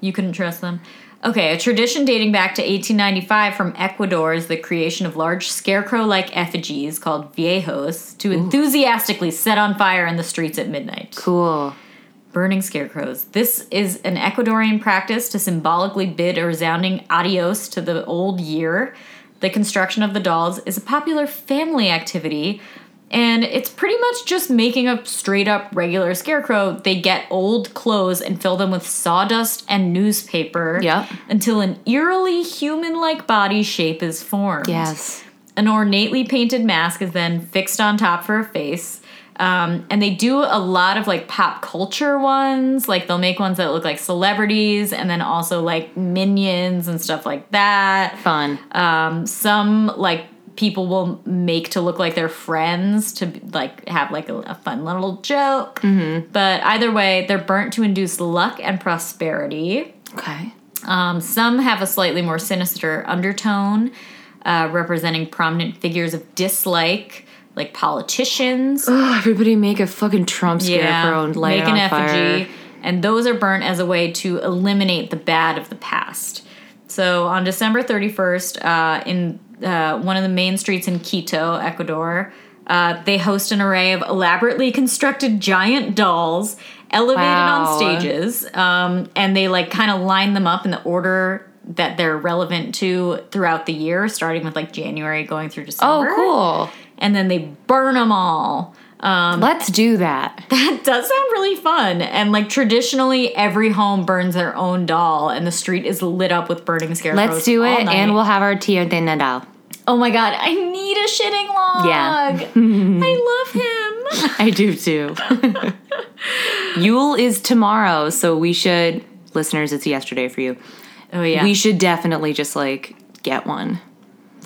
Speaker 2: you couldn't trust them. Okay, a tradition dating back to 1895 from Ecuador is the creation of large scarecrow like effigies called viejos to enthusiastically set on fire in the streets at midnight.
Speaker 1: Cool.
Speaker 2: Burning scarecrows. This is an Ecuadorian practice to symbolically bid a resounding adios to the old year. The construction of the dolls is a popular family activity, and it's pretty much just making a straight up regular scarecrow. They get old clothes and fill them with sawdust and newspaper
Speaker 1: Yep.
Speaker 2: until an eerily human like body shape is formed.
Speaker 1: Yes.
Speaker 2: An ornately painted mask is then fixed on top for a face. Um, and they do a lot of like pop culture ones. Like they'll make ones that look like celebrities and then also like minions and stuff like that.
Speaker 1: Fun.
Speaker 2: Um, some like people will make to look like they're friends to like have like a, a fun little joke. But either way, they're burnt to induce luck and prosperity.
Speaker 1: Okay.
Speaker 2: Um, some have a slightly more sinister undertone, uh, representing prominent figures of dislike, like politicians.
Speaker 1: Oh, everybody make a fucking Trump scarecrow and light
Speaker 2: make
Speaker 1: it
Speaker 2: an
Speaker 1: on
Speaker 2: effigy,
Speaker 1: fire.
Speaker 2: and those are burnt as a way to eliminate the bad of the past. So on December thirty first, uh, in uh, one of the main streets in Quito, Ecuador. Uh, they host an array of elaborately constructed giant dolls elevated
Speaker 1: Wow.
Speaker 2: on stages, um, and they like kind of line them up in the order that they're relevant to throughout the year, starting with like January going through
Speaker 1: Oh,
Speaker 2: December.
Speaker 1: cool.
Speaker 2: And then they burn them all.
Speaker 1: Let's do that.
Speaker 2: That does sound really fun. And like traditionally, every home burns their own doll, and the street is lit up with burning scarecrows.
Speaker 1: Let's do
Speaker 2: all
Speaker 1: it,
Speaker 2: night.
Speaker 1: and we'll have our Tio de Nadal.
Speaker 2: Oh my god, I need a shitting log.
Speaker 1: Yeah.
Speaker 2: I love him.
Speaker 1: I do too. Yule is tomorrow, so we should, listeners, it's yesterday for you.
Speaker 2: Oh yeah,
Speaker 1: We should definitely just like get one.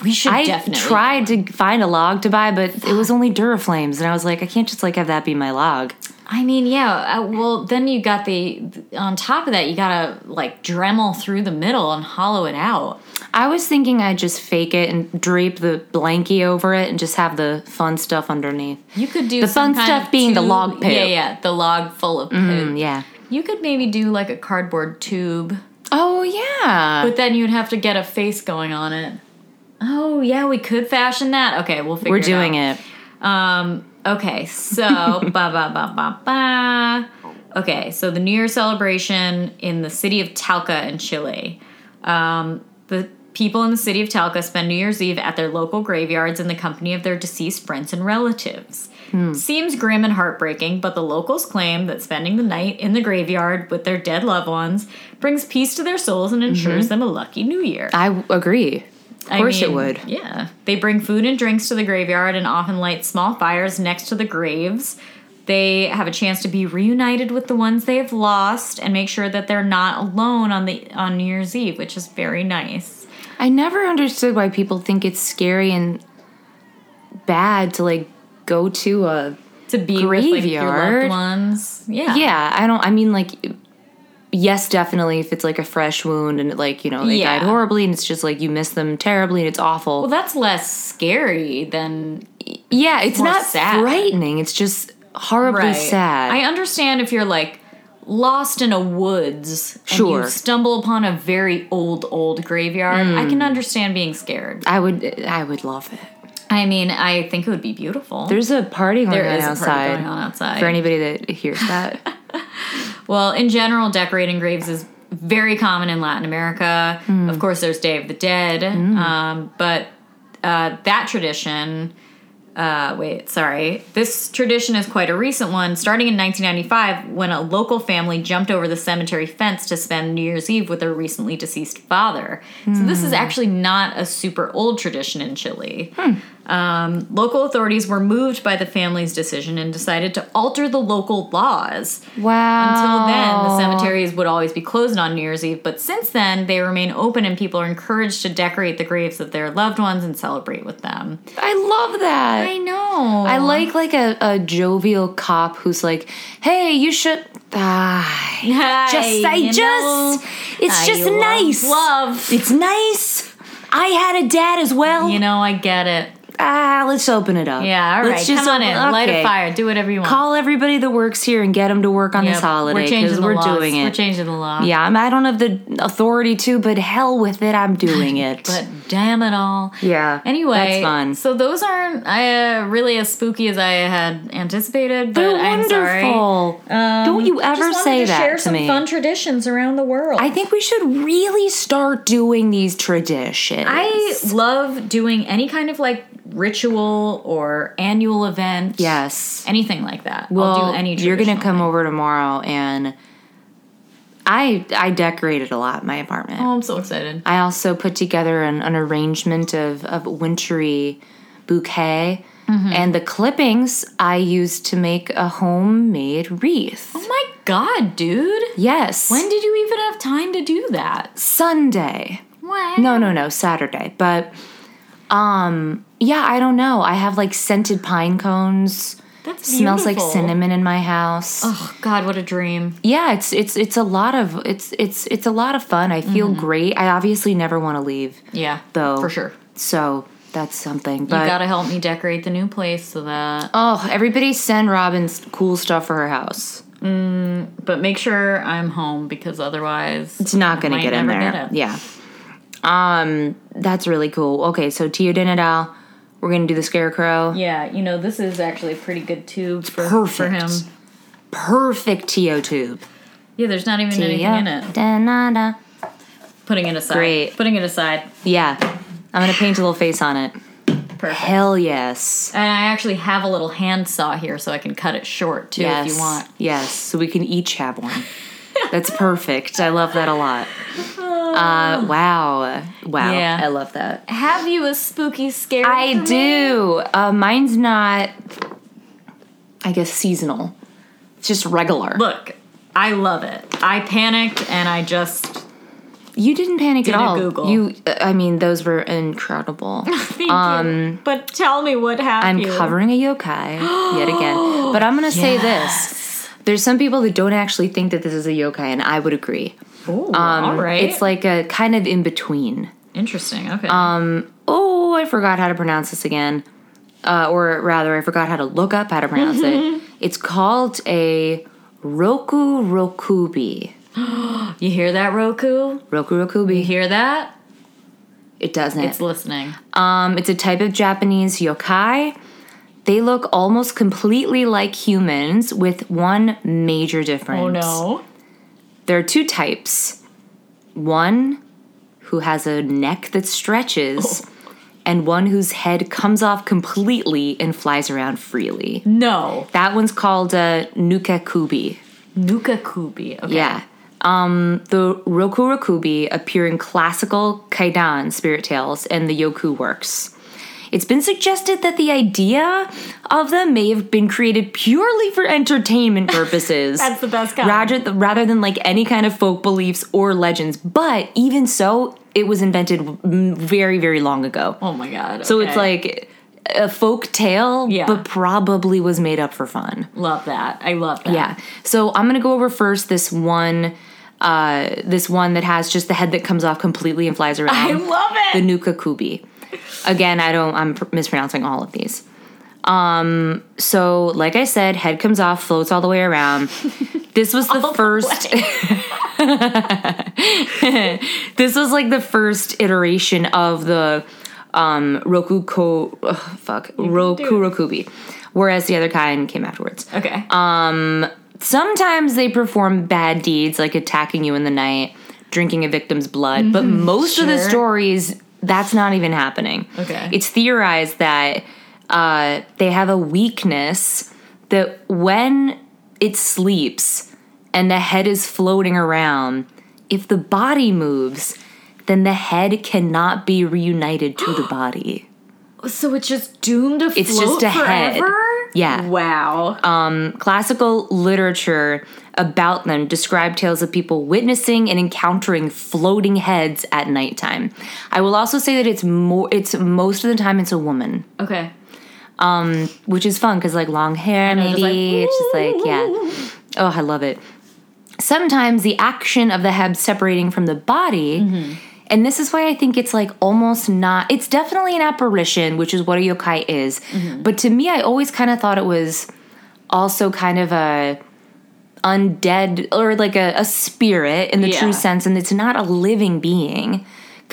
Speaker 2: we should
Speaker 1: I tried to find a log to buy, but it was only Duraflames, and I was like, I can't just like have that be my log.
Speaker 2: I mean, yeah. Uh, well, then you got the on top of that, you gotta like Dremel through the middle and hollow it out.
Speaker 1: I was thinking I'd just fake it and drape the blankie over it and just have the fun stuff underneath.
Speaker 2: You could do
Speaker 1: The
Speaker 2: some
Speaker 1: fun
Speaker 2: kind
Speaker 1: stuff
Speaker 2: of
Speaker 1: being the
Speaker 2: tube-
Speaker 1: log poo.
Speaker 2: Yeah, yeah, the log full of poo.
Speaker 1: Mm, yeah.
Speaker 2: You could maybe do like a cardboard tube.
Speaker 1: Oh yeah.
Speaker 2: But then you'd have to get a face going on it. Oh yeah, we could fashion that. Okay, we'll figure.
Speaker 1: We're doing
Speaker 2: it.
Speaker 1: it.
Speaker 2: out. Um. Okay. So ba ba ba ba ba. Okay. So the New Year celebration in the city of Talca in Chile. Um. The People in the city of Talca spend New Year's Eve at their local graveyards in the company of their deceased friends and relatives. Seems grim and heartbreaking, but the locals claim that spending the night in the graveyard with their dead loved ones brings peace to their souls and ensures them a lucky new year.
Speaker 1: I w- agree. Of
Speaker 2: I
Speaker 1: course it
Speaker 2: mean,
Speaker 1: would.
Speaker 2: Yeah. They bring food and drinks to the graveyard and often light small fires next to the graves. They have a chance to be reunited with the ones they have lost and make sure that they're not alone on the on New Year's Eve, which is very nice.
Speaker 1: I never understood why people think it's scary and bad to like go to a
Speaker 2: To be with like, your loved
Speaker 1: Graveyard?
Speaker 2: ones. Yeah.
Speaker 1: Yeah, I don't I mean like yes, definitely if it's like a fresh wound and it like, you know, they
Speaker 2: Yeah.
Speaker 1: died horribly and it's just like you miss them terribly and it's awful.
Speaker 2: Well, that's less scary than
Speaker 1: yeah, it's
Speaker 2: more
Speaker 1: not
Speaker 2: sad.
Speaker 1: frightening. It's just horribly
Speaker 2: right.
Speaker 1: sad.
Speaker 2: I understand if you're like lost in a woods and
Speaker 1: Sure.
Speaker 2: you stumble upon a very old old graveyard. I
Speaker 1: Hmm.
Speaker 2: can understand being scared.
Speaker 1: I would I would love it.
Speaker 2: I mean, I think it would be beautiful.
Speaker 1: There's a party going
Speaker 2: There
Speaker 1: on
Speaker 2: is a
Speaker 1: outside.
Speaker 2: party going on outside.
Speaker 1: For anybody that hears that.
Speaker 2: well, in general, decorating graves is very common in Latin America. Of course, there's Day of the Dead, um, but uh, that tradition. Uh, wait, sorry. This tradition is quite a recent one, starting in 1995 when a local family jumped over the cemetery fence to spend New Year's Eve with their recently deceased father. So, this is actually not a super old tradition in Chile. Um, Local authorities were moved by the family's decision and decided to alter the local laws. Until
Speaker 1: wow.
Speaker 2: then, the cemeteries would always be closed on New Year's Eve, but since then, they remain open and people are encouraged to decorate the graves of their loved ones and celebrate with them.
Speaker 1: I love that.
Speaker 2: I know.
Speaker 1: I like like a, a jovial cop who's like, "Hey, you should ah, just I
Speaker 2: you
Speaker 1: just
Speaker 2: know,
Speaker 1: it's
Speaker 2: I
Speaker 1: just
Speaker 2: love
Speaker 1: nice.
Speaker 2: Love.
Speaker 1: It's nice. I had a dad as well.
Speaker 2: You know, I get it.
Speaker 1: Ah, let's open it up.
Speaker 2: Yeah, all right.
Speaker 1: Let's
Speaker 2: Come on in.
Speaker 1: open-
Speaker 2: Light a
Speaker 1: okay.
Speaker 2: fire. Do whatever you want.
Speaker 1: Call everybody that works here and get them to work on
Speaker 2: Yep,
Speaker 1: this holiday
Speaker 2: We're changing
Speaker 1: because
Speaker 2: the
Speaker 1: we're,
Speaker 2: laws.
Speaker 1: doing
Speaker 2: We're
Speaker 1: it.
Speaker 2: changing the law.
Speaker 1: yeah, I'm, I don't have the authority to, but hell with it, I'm doing it.
Speaker 2: But damn it all.
Speaker 1: yeah,
Speaker 2: Anyway,
Speaker 1: that's fun.
Speaker 2: So those aren't uh, really as spooky as I had anticipated. But
Speaker 1: They're
Speaker 2: I'm sorry.
Speaker 1: wonderful.
Speaker 2: Um,
Speaker 1: don't you
Speaker 2: I just
Speaker 1: ever
Speaker 2: wanted
Speaker 1: say
Speaker 2: to
Speaker 1: that
Speaker 2: Share
Speaker 1: to
Speaker 2: some
Speaker 1: me.
Speaker 2: fun traditions around the world.
Speaker 1: I think we should really start doing these traditions.
Speaker 2: I love doing any kind of like ritual or annual event.
Speaker 1: yes.
Speaker 2: anything like that.
Speaker 1: well,
Speaker 2: I'll do any.
Speaker 1: you're gonna
Speaker 2: traditional
Speaker 1: come
Speaker 2: thing.
Speaker 1: over tomorrow, and I I decorated a lot my apartment.
Speaker 2: Oh, I'm so excited.
Speaker 1: I also put together an, an arrangement of of wintry bouquet,
Speaker 2: Mm-hmm.
Speaker 1: and the clippings I used to make a homemade wreath.
Speaker 2: Oh my god, dude!
Speaker 1: Yes,
Speaker 2: When did you even have time to do that?
Speaker 1: Sunday.
Speaker 2: What?
Speaker 1: No, no, no, Saturday. But um yeah, I don't know. I have like scented pine cones.
Speaker 2: that
Speaker 1: Smells like cinnamon in my house.
Speaker 2: Oh god, what a dream!
Speaker 1: Yeah, it's it's it's a lot of it's it's it's a lot of fun. I feel
Speaker 2: Mm-hmm.
Speaker 1: great. I obviously never want to leave
Speaker 2: Yeah,
Speaker 1: though.
Speaker 2: for sure.
Speaker 1: So that's something.
Speaker 2: You
Speaker 1: But
Speaker 2: gotta help me decorate the new place so that.
Speaker 1: oh, everybody send Robin's cool stuff for her house.
Speaker 2: But make sure I'm home because otherwise
Speaker 1: It's not going to
Speaker 2: might
Speaker 1: get in
Speaker 2: never
Speaker 1: there.
Speaker 2: get it.
Speaker 1: Yeah. Um that's really cool. Okay, so Tio Dinadal, we're going to do the scarecrow.
Speaker 2: Yeah, you know this is actually a pretty good tube for, for
Speaker 1: perfect.
Speaker 2: him.
Speaker 1: Perfect Tio tube.
Speaker 2: Yeah, there's not even anything in
Speaker 1: Tio
Speaker 2: it.
Speaker 1: Dinadal.
Speaker 2: Putting it aside.
Speaker 1: Great.
Speaker 2: Putting it aside.
Speaker 1: Yeah. I'm going to paint a little face on it.
Speaker 2: Perfect.
Speaker 1: Hell yes.
Speaker 2: And I actually have a little hand saw here, so I can cut it short too
Speaker 1: Yes.
Speaker 2: if you want.
Speaker 1: Yes. So we can each have one. That's perfect. I love that a lot. Uh, wow. Wow.
Speaker 2: Yeah.
Speaker 1: I love that.
Speaker 2: Have you a spooky scary?
Speaker 1: I
Speaker 2: for me?
Speaker 1: do. Uh, mine's not, I guess, seasonal. It's just regular.
Speaker 2: Look, I love it. I panicked and I just
Speaker 1: you didn't panic
Speaker 2: Did a
Speaker 1: at all.
Speaker 2: Google.
Speaker 1: You, uh, I mean, those were incredible.
Speaker 2: thank you. But tell me what
Speaker 1: Um, I'm
Speaker 2: happened.
Speaker 1: covering a yokai yet again. But I'm going to say this. There's some people that don't actually think that this is a yokai, and I would agree.
Speaker 2: Ooh,
Speaker 1: Um,
Speaker 2: all right.
Speaker 1: It's like Um, a kind of in between.
Speaker 2: interesting. Okay.
Speaker 1: Oh, I forgot how to pronounce this again. Uh, or rather, I forgot how to look up how to pronounce it. It's called a Roku Rokubi.
Speaker 2: you hear that, Roku?
Speaker 1: Roku
Speaker 2: You
Speaker 1: Rokubi.
Speaker 2: hear that?
Speaker 1: It doesn't.
Speaker 2: It's listening.
Speaker 1: Um, it's a type of Japanese yokai. They look almost completely like humans with one major difference.
Speaker 2: Oh no.
Speaker 1: There are two types one who has a neck that stretches and one whose head comes off completely and flies around freely.
Speaker 2: No.
Speaker 1: That one's called uh, Nuka Kubi.
Speaker 2: Nuka Kubi. Okay.
Speaker 1: Yeah. Um, the Roku Rokubi appear in classical Kaidan spirit tales and the Yoku works. It's been suggested that the idea of them may have been created purely for entertainment purposes.
Speaker 2: That's the best kind.
Speaker 1: Rather, th- rather than like any kind of folk beliefs or legends. But even so, it was invented mm, very, very long ago.
Speaker 2: Oh my god.
Speaker 1: So
Speaker 2: okay.
Speaker 1: it's like a folk tale,
Speaker 2: Yeah.
Speaker 1: but probably was made up for fun.
Speaker 2: love that. I love that.
Speaker 1: Yeah. So I'm gonna go over first this one, uh, this one that has just the head that comes off completely and flies around.
Speaker 2: I love
Speaker 1: Um,
Speaker 2: it.
Speaker 1: the Nuka Kubi. Again, I don't. I'm pr- mispronouncing all of these. Um. So, like I said, head comes off, floats all the way around. This was the first. this was like the first iteration of the um, Roku Ko. ugh, fuck. Roku Rokubi. Whereas the other kind came afterwards.
Speaker 2: okay.
Speaker 1: Um, Sometimes they perform bad deeds like attacking you in the night, drinking a victim's blood, but most of the
Speaker 2: Mm-hmm. sure.
Speaker 1: stories, that's not even happening.
Speaker 2: Okay.
Speaker 1: It's theorized that uh, they have a weakness that when it sleeps and the head is floating around, if the body moves, then the head cannot be reunited to the body.
Speaker 2: so it's just doomed to
Speaker 1: It's
Speaker 2: float
Speaker 1: just a head.
Speaker 2: forever?
Speaker 1: Yeah. Um,
Speaker 2: Wow.
Speaker 1: classical literature about them describe tales of people witnessing and encountering floating heads at nighttime. I will also say that it's more it's most of the time it's a woman,
Speaker 2: okay.
Speaker 1: which is fun cuz like long hair
Speaker 2: I was
Speaker 1: maybe
Speaker 2: like,
Speaker 1: it's just like yeah. Oh, I love it. Sometimes the action of the head separating from the body And this is why I think it's like almost not, it's definitely an apparition, which is what a yokai is. But to me, I always kind of thought it was also kind of a undead or like a, a spirit in the
Speaker 2: Yeah.
Speaker 1: true sense. And it's not a living being,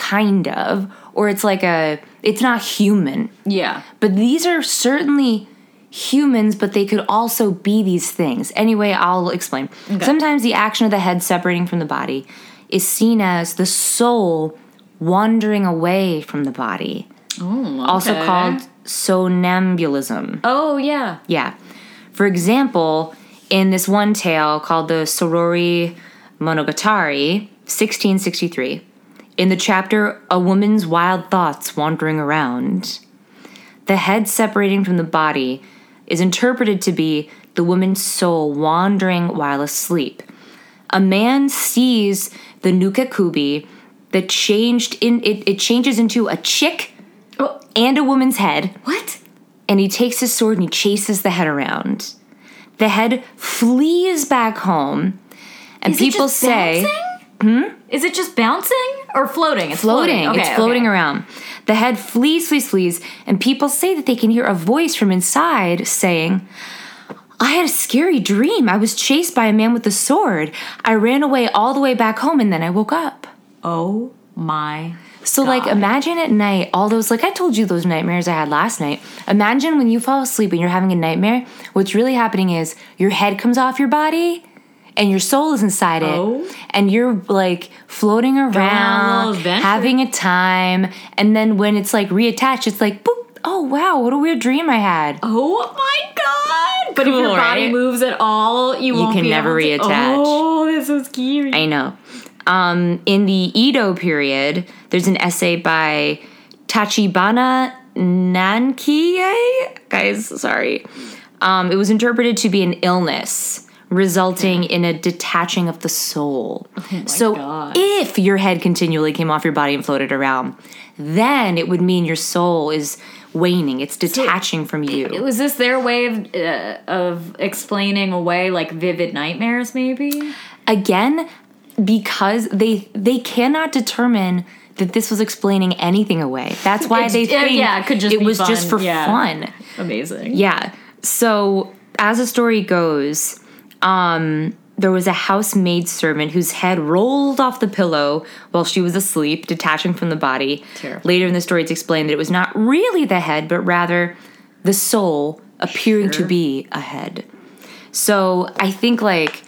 Speaker 1: kind of, or it's like a, it's not human.
Speaker 2: Yeah.
Speaker 1: But these are certainly humans, but they could also be these things. Anyway, I'll explain. Sometimes the action of the head separating from the body is seen as the soul wandering away from the body, also
Speaker 2: Okay.
Speaker 1: called somnambulism.
Speaker 2: Oh yeah.
Speaker 1: Yeah. For example, in this one tale called the Sorori Monogatari, 1663, in the chapter A Woman's Wild Thoughts Wandering Around, the head separating from the body is interpreted to be the woman's soul wandering while asleep. A man sees the Nuka Kubi that changed in it, it changes into a chick
Speaker 2: Oh,
Speaker 1: and a woman's head
Speaker 2: what?
Speaker 1: and he takes his sword and he chases the head around. The head flees back home, and
Speaker 2: Is it
Speaker 1: people
Speaker 2: just
Speaker 1: say Hmm?
Speaker 2: bouncing? Is it just bouncing or floating? It's
Speaker 1: floating. it's
Speaker 2: Okay,
Speaker 1: floating
Speaker 2: okay.
Speaker 1: around. The head flees, flees, flees, and people say that they can hear a voice from inside saying, I had a scary dream. I was chased by a man with a sword. I ran away all the way back home and then I woke up.
Speaker 2: Oh my.
Speaker 1: So, like,
Speaker 2: God.
Speaker 1: imagine at night, all those, like, I told you those nightmares I had last night. Imagine when you fall asleep and you're having a nightmare, what's really happening is your head comes off your body and your soul is inside it.
Speaker 2: Oh.
Speaker 1: And you're, like, floating
Speaker 2: little
Speaker 1: around,
Speaker 2: adventure.
Speaker 1: having a time. And then when it's, like, reattached, it's like, boop, oh, wow, what a weird dream I had.
Speaker 2: Oh my god! But if your
Speaker 1: Cool,
Speaker 2: body
Speaker 1: right?
Speaker 2: moves at all, you, won't
Speaker 1: can
Speaker 2: be
Speaker 1: never
Speaker 2: able to-
Speaker 1: reattach.
Speaker 2: Oh, that's so scary.
Speaker 1: I know. Um, in the Edo period, there's an essay by Tachibana Nankie. Guys, sorry. Um, it was interpreted to be an illness resulting in a detaching of the soul. so
Speaker 2: God.
Speaker 1: if your head continually came off your body and floated around, then it would mean your soul is waning, it's detaching from you.
Speaker 2: Was this their way of uh, of explaining away like vivid nightmares? Maybe.
Speaker 1: Again, because they they cannot determine that this was explaining anything away. That's why
Speaker 2: It's-
Speaker 1: they
Speaker 2: yeah,
Speaker 1: think
Speaker 2: yeah, it could just
Speaker 1: it
Speaker 2: be
Speaker 1: was just
Speaker 2: fun,
Speaker 1: for
Speaker 2: yeah.
Speaker 1: fun.
Speaker 2: Amazing.
Speaker 1: Yeah. So as the story goes, um, there was a house maid servant whose head rolled off the pillow while she was asleep, detaching from the body.
Speaker 2: Terrible.
Speaker 1: Later in the story, it's explained that it was not really the head, but rather the soul appearing to
Speaker 2: Sure.
Speaker 1: be a head. So I think like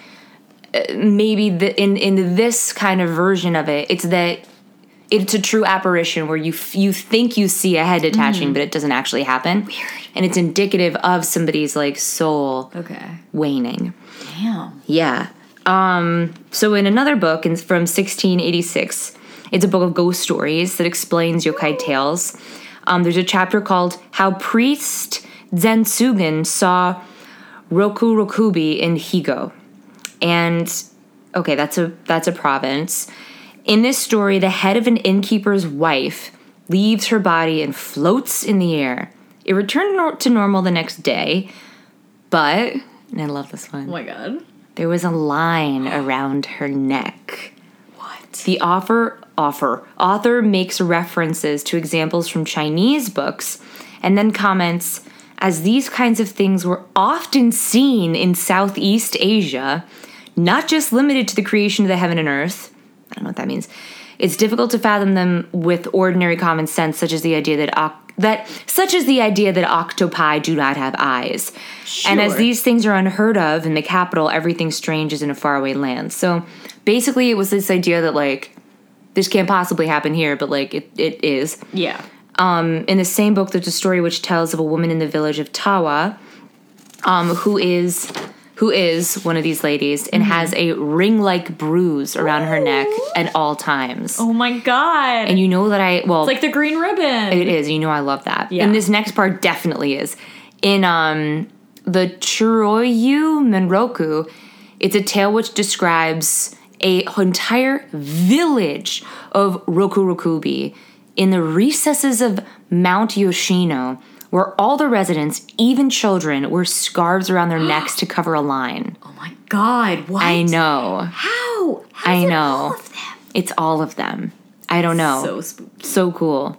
Speaker 1: uh, maybe the, in in this kind of version of it, it's that it's a true apparition where you f- you think you see a head detaching, but it doesn't actually happen. Weird. And it's indicative of somebody's like soul
Speaker 2: Okay.
Speaker 1: waning.
Speaker 2: Damn.
Speaker 1: Yeah. Um, so in another book in, from 1686, it's a book of ghost stories that explains yokai tales. Um, there's a chapter called How Priest Zentsugen Saw Roku Rokubi in Higo. And okay, that's a that's a province. In this story, the head of an innkeeper's wife leaves her body and floats in the air. It returned nor- to normal the next day, but and I love this one.
Speaker 2: Oh my god.
Speaker 1: There was a line around her neck.
Speaker 2: What?
Speaker 1: The offer offer author makes references to examples from Chinese books and then comments as these kinds of things were often seen in Southeast Asia, not just limited to the creation of the heaven and earth. I don't know what that means. It's difficult to fathom them with ordinary common sense, such as the idea that oc- that such as the idea that octopi do not have eyes. And as
Speaker 2: Sure.
Speaker 1: these things are unheard of in the capital, everything strange is in a faraway land. So basically, it was this idea that like this can't possibly happen here, but like it, it is.
Speaker 2: Yeah.
Speaker 1: In the same book, there's a story which tells of a woman in the village of Tawa, um, who is who is one of these ladies and has a ring-like bruise around her neck at all times.
Speaker 2: Oh my god.
Speaker 1: And you know that I well,
Speaker 2: like the green ribbon.
Speaker 1: it is. You know I love that.
Speaker 2: Yeah.
Speaker 1: And this next part definitely is. In um the Chiroyu Menroku, it's a tale which describes a entire village of Rokurokubi in the recesses of Mount Yoshino, where all the residents, even children, wear scarves around their necks to cover a line.
Speaker 2: oh my god. What?
Speaker 1: I know.
Speaker 2: How? How
Speaker 1: I
Speaker 2: is it
Speaker 1: know.
Speaker 2: all of them?
Speaker 1: It's all of them. I don't know.
Speaker 2: So spooky.
Speaker 1: so cool.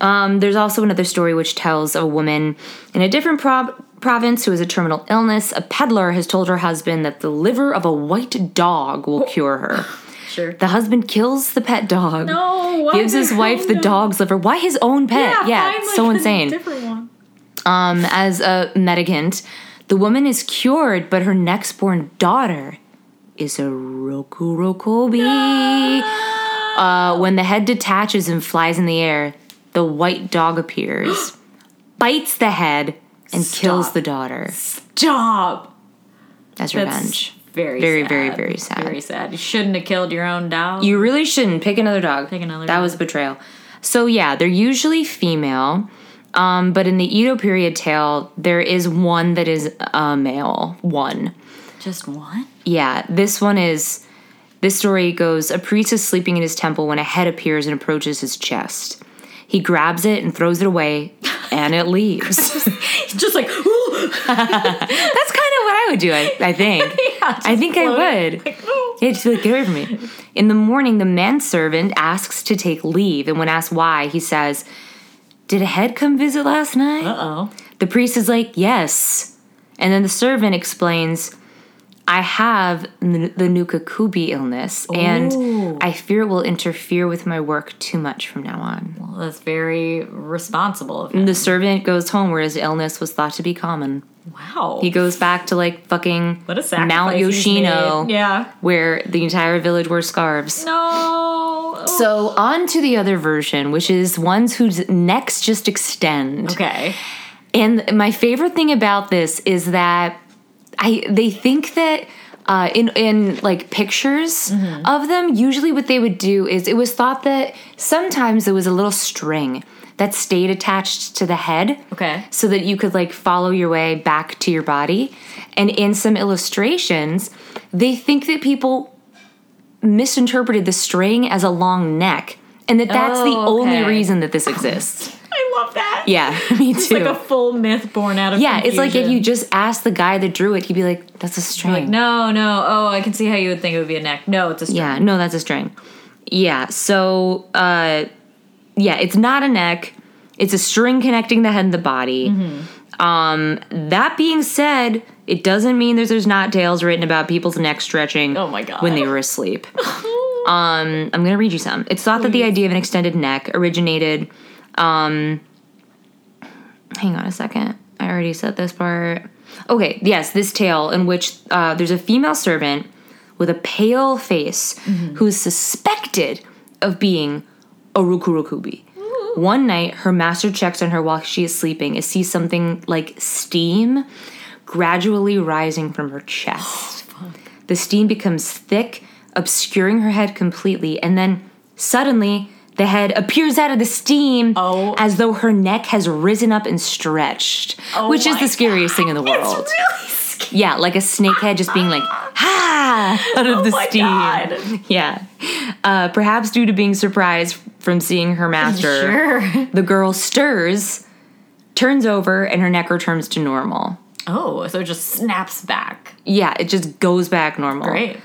Speaker 1: Um, there's also another story which tells of a woman in a different prov- province who has a terminal illness. A peddler has told her husband that the liver of a white dog will cure her.
Speaker 2: Sure.
Speaker 1: The husband kills the pet dog,
Speaker 2: no. why
Speaker 1: gives
Speaker 2: the
Speaker 1: his
Speaker 2: hell
Speaker 1: wife the
Speaker 2: no?
Speaker 1: dog's liver. Why his own pet?
Speaker 2: Yeah.
Speaker 1: Yeah,
Speaker 2: find,
Speaker 1: it's
Speaker 2: like,
Speaker 1: so
Speaker 2: a
Speaker 1: insane.
Speaker 2: Different one.
Speaker 1: Um, as a medicant, the woman is cured, but her next born daughter is a Roku Rokobi. Uh, when the head detaches and flies in the air, the white dog appears, bites the head, and kills
Speaker 2: Stop.
Speaker 1: the daughter
Speaker 2: Job.
Speaker 1: as
Speaker 2: That's
Speaker 1: revenge.
Speaker 2: Very.
Speaker 1: Very,
Speaker 2: sad.
Speaker 1: very, very sad.
Speaker 2: Very sad. You shouldn't have killed your own dog.
Speaker 1: You really shouldn't pick another dog.
Speaker 2: Pick another
Speaker 1: That
Speaker 2: dog.
Speaker 1: was betrayal. So yeah, they're usually female. Um, but in the Edo period tale, there is one that is a male. One.
Speaker 2: Just one.
Speaker 1: Yeah, this one is. This story goes A priest is sleeping in his temple when a head appears and approaches his chest. He grabs it and throws it away, and it leaves. That's kind
Speaker 2: Just like. ooh.
Speaker 1: of what I would do, I, I think. I think I would. Yeah, just be like, get away from me. In the morning, the manservant asks to take leave, and when asked why, he says, Did a head come visit last night?
Speaker 2: Uh oh.
Speaker 1: The priest is like, Yes. And then the servant explains, I have n- the Nukakubi illness,
Speaker 2: Ooh.
Speaker 1: and I fear it will interfere with my work too much from now on.
Speaker 2: Well, that's very responsible of him.
Speaker 1: And the servant goes home where his illness was thought to be common.
Speaker 2: Wow.
Speaker 1: He goes back to like fucking
Speaker 2: what a sacrifice.
Speaker 1: Mount
Speaker 2: he's
Speaker 1: Yoshino,
Speaker 2: made. Yeah.
Speaker 1: where the entire village wears scarves.
Speaker 2: No.
Speaker 1: So, on to the other version, which is ones whose necks just extend.
Speaker 2: Oh, Okay.
Speaker 1: And my favorite thing about this is that I they think that uh, in in like pictures
Speaker 2: Mm-hmm.
Speaker 1: of them, usually what they would do is it was thought that sometimes there was a little string that stayed attached to the head,
Speaker 2: Okay.
Speaker 1: so that you could like follow your way back to your body. And in some illustrations, they think that people misinterpreted the string as a long neck, and that that's the
Speaker 2: Oh,
Speaker 1: only
Speaker 2: okay.
Speaker 1: reason that this exists.
Speaker 2: I love that.
Speaker 1: Yeah, me too.
Speaker 2: It's like a full myth born out of
Speaker 1: Yeah, it's like if
Speaker 2: confusion.
Speaker 1: you just asked the guy that drew it, he'd be like, "That's a string."
Speaker 2: Like, no, no. Oh, I can see how you would think it would be a neck. No, it's a string.
Speaker 1: Yeah, no, that's a string. Yeah, so uh, yeah, it's not a neck. It's a string connecting the head and the body.
Speaker 2: Mm-hmm.
Speaker 1: Um, that being said, it doesn't mean that there's not tales written about people's necks stretching.
Speaker 2: Oh my God.
Speaker 1: When they were asleep. um, I'm gonna read you some. It's thought that the idea of an extended neck originated. um, hang on a second. I already said this part. Okay, yes, this tale in which uh, there's a female servant with a pale face who's suspected of being Orukurukubi. One night, her master checks on her while she is sleeping and sees something like steam gradually rising from her chest. the steam becomes thick, obscuring her head completely, and then suddenly the head appears out of the steam
Speaker 2: Oh.
Speaker 1: as though her neck has risen up and stretched, which is
Speaker 2: Oh my
Speaker 1: the scariest thing in the
Speaker 2: It's
Speaker 1: world.
Speaker 2: really scary.
Speaker 1: Yeah, like a snake head just being like, ha! out of the
Speaker 2: Oh my
Speaker 1: steam.
Speaker 2: God.
Speaker 1: Yeah. Uh, perhaps due to being surprised from seeing her master,
Speaker 2: Sure.
Speaker 1: the girl stirs, turns over, and her neck returns to normal.
Speaker 2: Oh, so it just snaps back.
Speaker 1: Yeah, it just goes back normal.
Speaker 2: Great.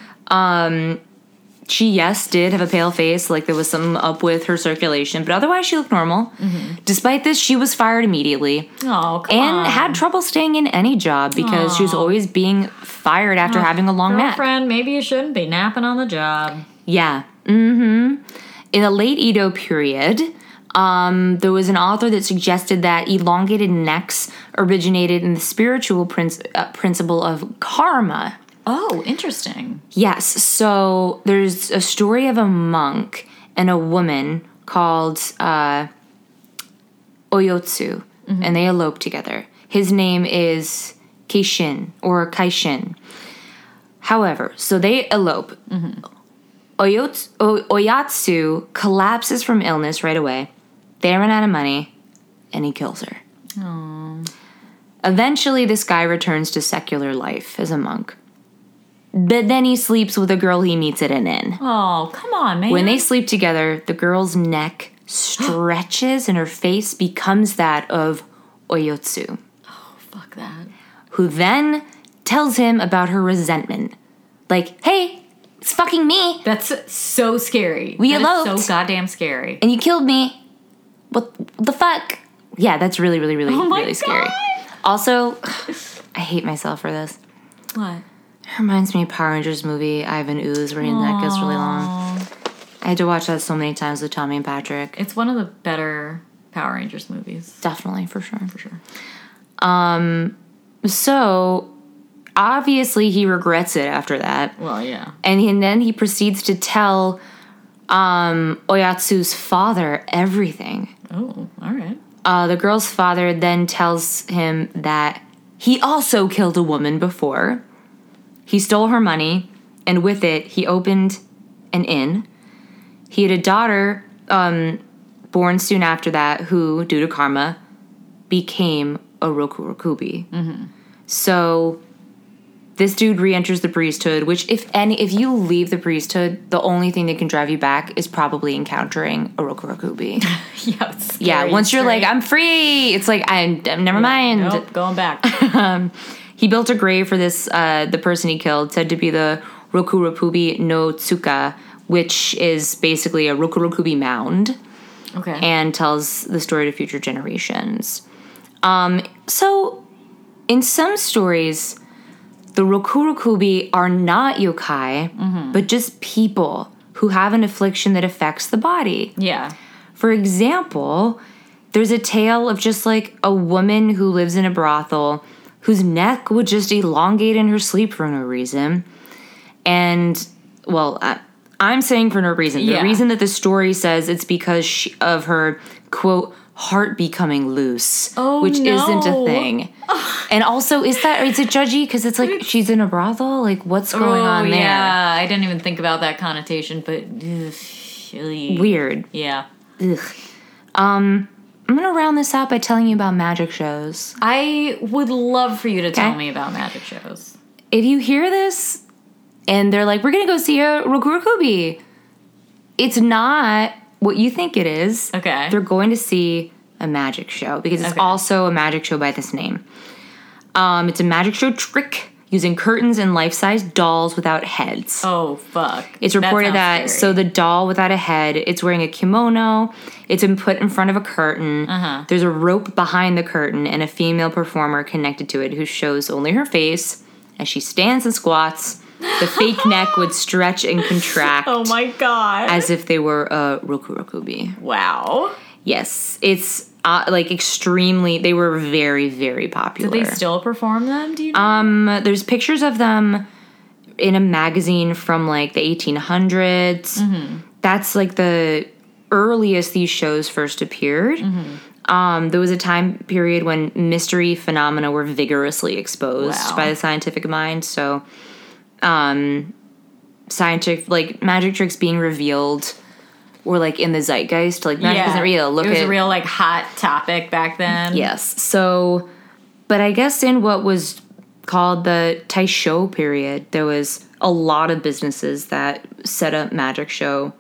Speaker 1: She, yes, did have a pale face, like there was something up with her circulation, but otherwise she looked normal.
Speaker 2: Mm-hmm.
Speaker 1: Despite this, she was fired immediately.
Speaker 2: Oh, come
Speaker 1: and
Speaker 2: on.
Speaker 1: had trouble staying in any job because she was always being fired after having a long nap.
Speaker 2: Girlfriend, maybe you shouldn't be napping on the job.
Speaker 1: Yeah. Mm-hmm. In the late Edo period, um, there was an author that suggested that elongated necks originated in the spiritual princ- uh, principle of karma.
Speaker 2: Oh, interesting.
Speaker 1: Yes. So there's a story of a monk and a woman called uh, Oyotsu, and they elope together. His name is Keishin or Kaishin. However, so they elope. Oyotsu, o- Oyatsu collapses from illness right away. They run out of money, and he kills her. Eventually, this guy returns to secular life as a monk. But then he sleeps with a girl he meets at an inn.
Speaker 2: Oh, come on, man.
Speaker 1: When they sleep together, the girl's neck stretches and her face becomes that of Oyotsu,
Speaker 2: fuck that.
Speaker 1: who then tells him about her resentment. Like, hey, it's fucking me,
Speaker 2: That's so scary.
Speaker 1: We
Speaker 2: That is
Speaker 1: eloped.
Speaker 2: so goddamn scary.
Speaker 1: and you killed me. What the fuck? Yeah, that's really, really, really,
Speaker 2: Oh my
Speaker 1: really scary.
Speaker 2: God.
Speaker 1: Also, I hate myself for this.
Speaker 2: What?
Speaker 1: Reminds me of Power Rangers movie Ivan Ooze where his neck gets really long. I had to watch that so many times with Tommy and Patrick.
Speaker 2: It's one of the better Power Rangers movies.
Speaker 1: Definitely for sure.
Speaker 2: For sure.
Speaker 1: So obviously he regrets it after that,
Speaker 2: Well, yeah.
Speaker 1: and, he- and then he proceeds to tell um, Oyatsu's father everything.
Speaker 2: Oh, all right.
Speaker 1: Uh, the girl's father then tells him that he also killed a woman before. He stole her money, and with it, he opened an inn. He had a daughter um, born soon after that who, due to karma, became a Rokurokubi. So this dude re-enters the priesthood, which if any if you leave the priesthood, the only thing that can drive you back is probably encountering a Rokurokubi.
Speaker 2: Yeah. It's scary.
Speaker 1: Yeah, once you're like,
Speaker 2: scary.
Speaker 1: I'm free, it's like, I'm, I'm- never mind.
Speaker 2: nope, going back.
Speaker 1: He built a grave for this, uh, the person he killed, said to be the Rokurokubi no Tsuka, which is basically a Rokurokubi mound,
Speaker 2: Okay.
Speaker 1: and tells the story to future generations. Um, so, in some stories, the Rokurokubi are not yokai, but just people who have an affliction that affects the body.
Speaker 2: yeah.
Speaker 1: For example, there's a tale of just like a woman who lives in a brothel whose neck would just elongate in her sleep for no reason. And, well, I, I'm saying for no reason. The
Speaker 2: Yeah.
Speaker 1: reason that the story says it's because she, of her, quote, heart becoming loose,
Speaker 2: Oh,
Speaker 1: which isn't a
Speaker 2: no.
Speaker 1: thing. and also, is that, is it judgy? Because it's like she's in a brothel? Like, what's going
Speaker 2: oh,
Speaker 1: on there?
Speaker 2: yeah. I didn't even think about that connotation, but. ugh, really-
Speaker 1: Weird.
Speaker 2: Yeah.
Speaker 1: Ugh. Um, I'm gonna round this out by telling you about magic shows.
Speaker 2: I would love for you to tell
Speaker 1: Okay.
Speaker 2: me about magic shows.
Speaker 1: If you hear this and they're like, "We're gonna go see a Rokurokubi," it's not what you think it is.
Speaker 2: Okay.
Speaker 1: They're going to see a magic show because it's
Speaker 2: Okay.
Speaker 1: also a magic show by this name. Um, it's a magic show trick using curtains and life-size dolls without heads.
Speaker 2: Oh fuck!
Speaker 1: It's reported that,
Speaker 2: sounds
Speaker 1: so
Speaker 2: scary.
Speaker 1: the doll without a head, it's wearing a kimono. It's been put in front of a curtain.
Speaker 2: Uh-huh.
Speaker 1: There's a rope behind the curtain and a female performer connected to it who shows only her face as she stands and squats. The fake neck would stretch and contract
Speaker 2: oh my god!
Speaker 1: as if they were a rokurokubi.
Speaker 2: wow!
Speaker 1: Yes, it's uh, like extremely. They were very, very popular.
Speaker 2: They still perform them? Do you? Know?
Speaker 1: Um, there's pictures of them
Speaker 2: Mm-hmm.
Speaker 1: in a magazine from like the 1800s. That's like the earliest these shows first appeared.
Speaker 2: Mm-hmm.
Speaker 1: Um, there was a time period when mystery phenomena were vigorously exposed
Speaker 2: Wow.
Speaker 1: by the scientific mind. So, um, scientific like magic tricks being revealed were like in the zeitgeist. Like magic isn't real. Look
Speaker 2: it was
Speaker 1: at
Speaker 2: a real like hot topic back then.
Speaker 1: Yes. So, but I guess in what was called the Taisho period, there was a lot of businesses that set up magic show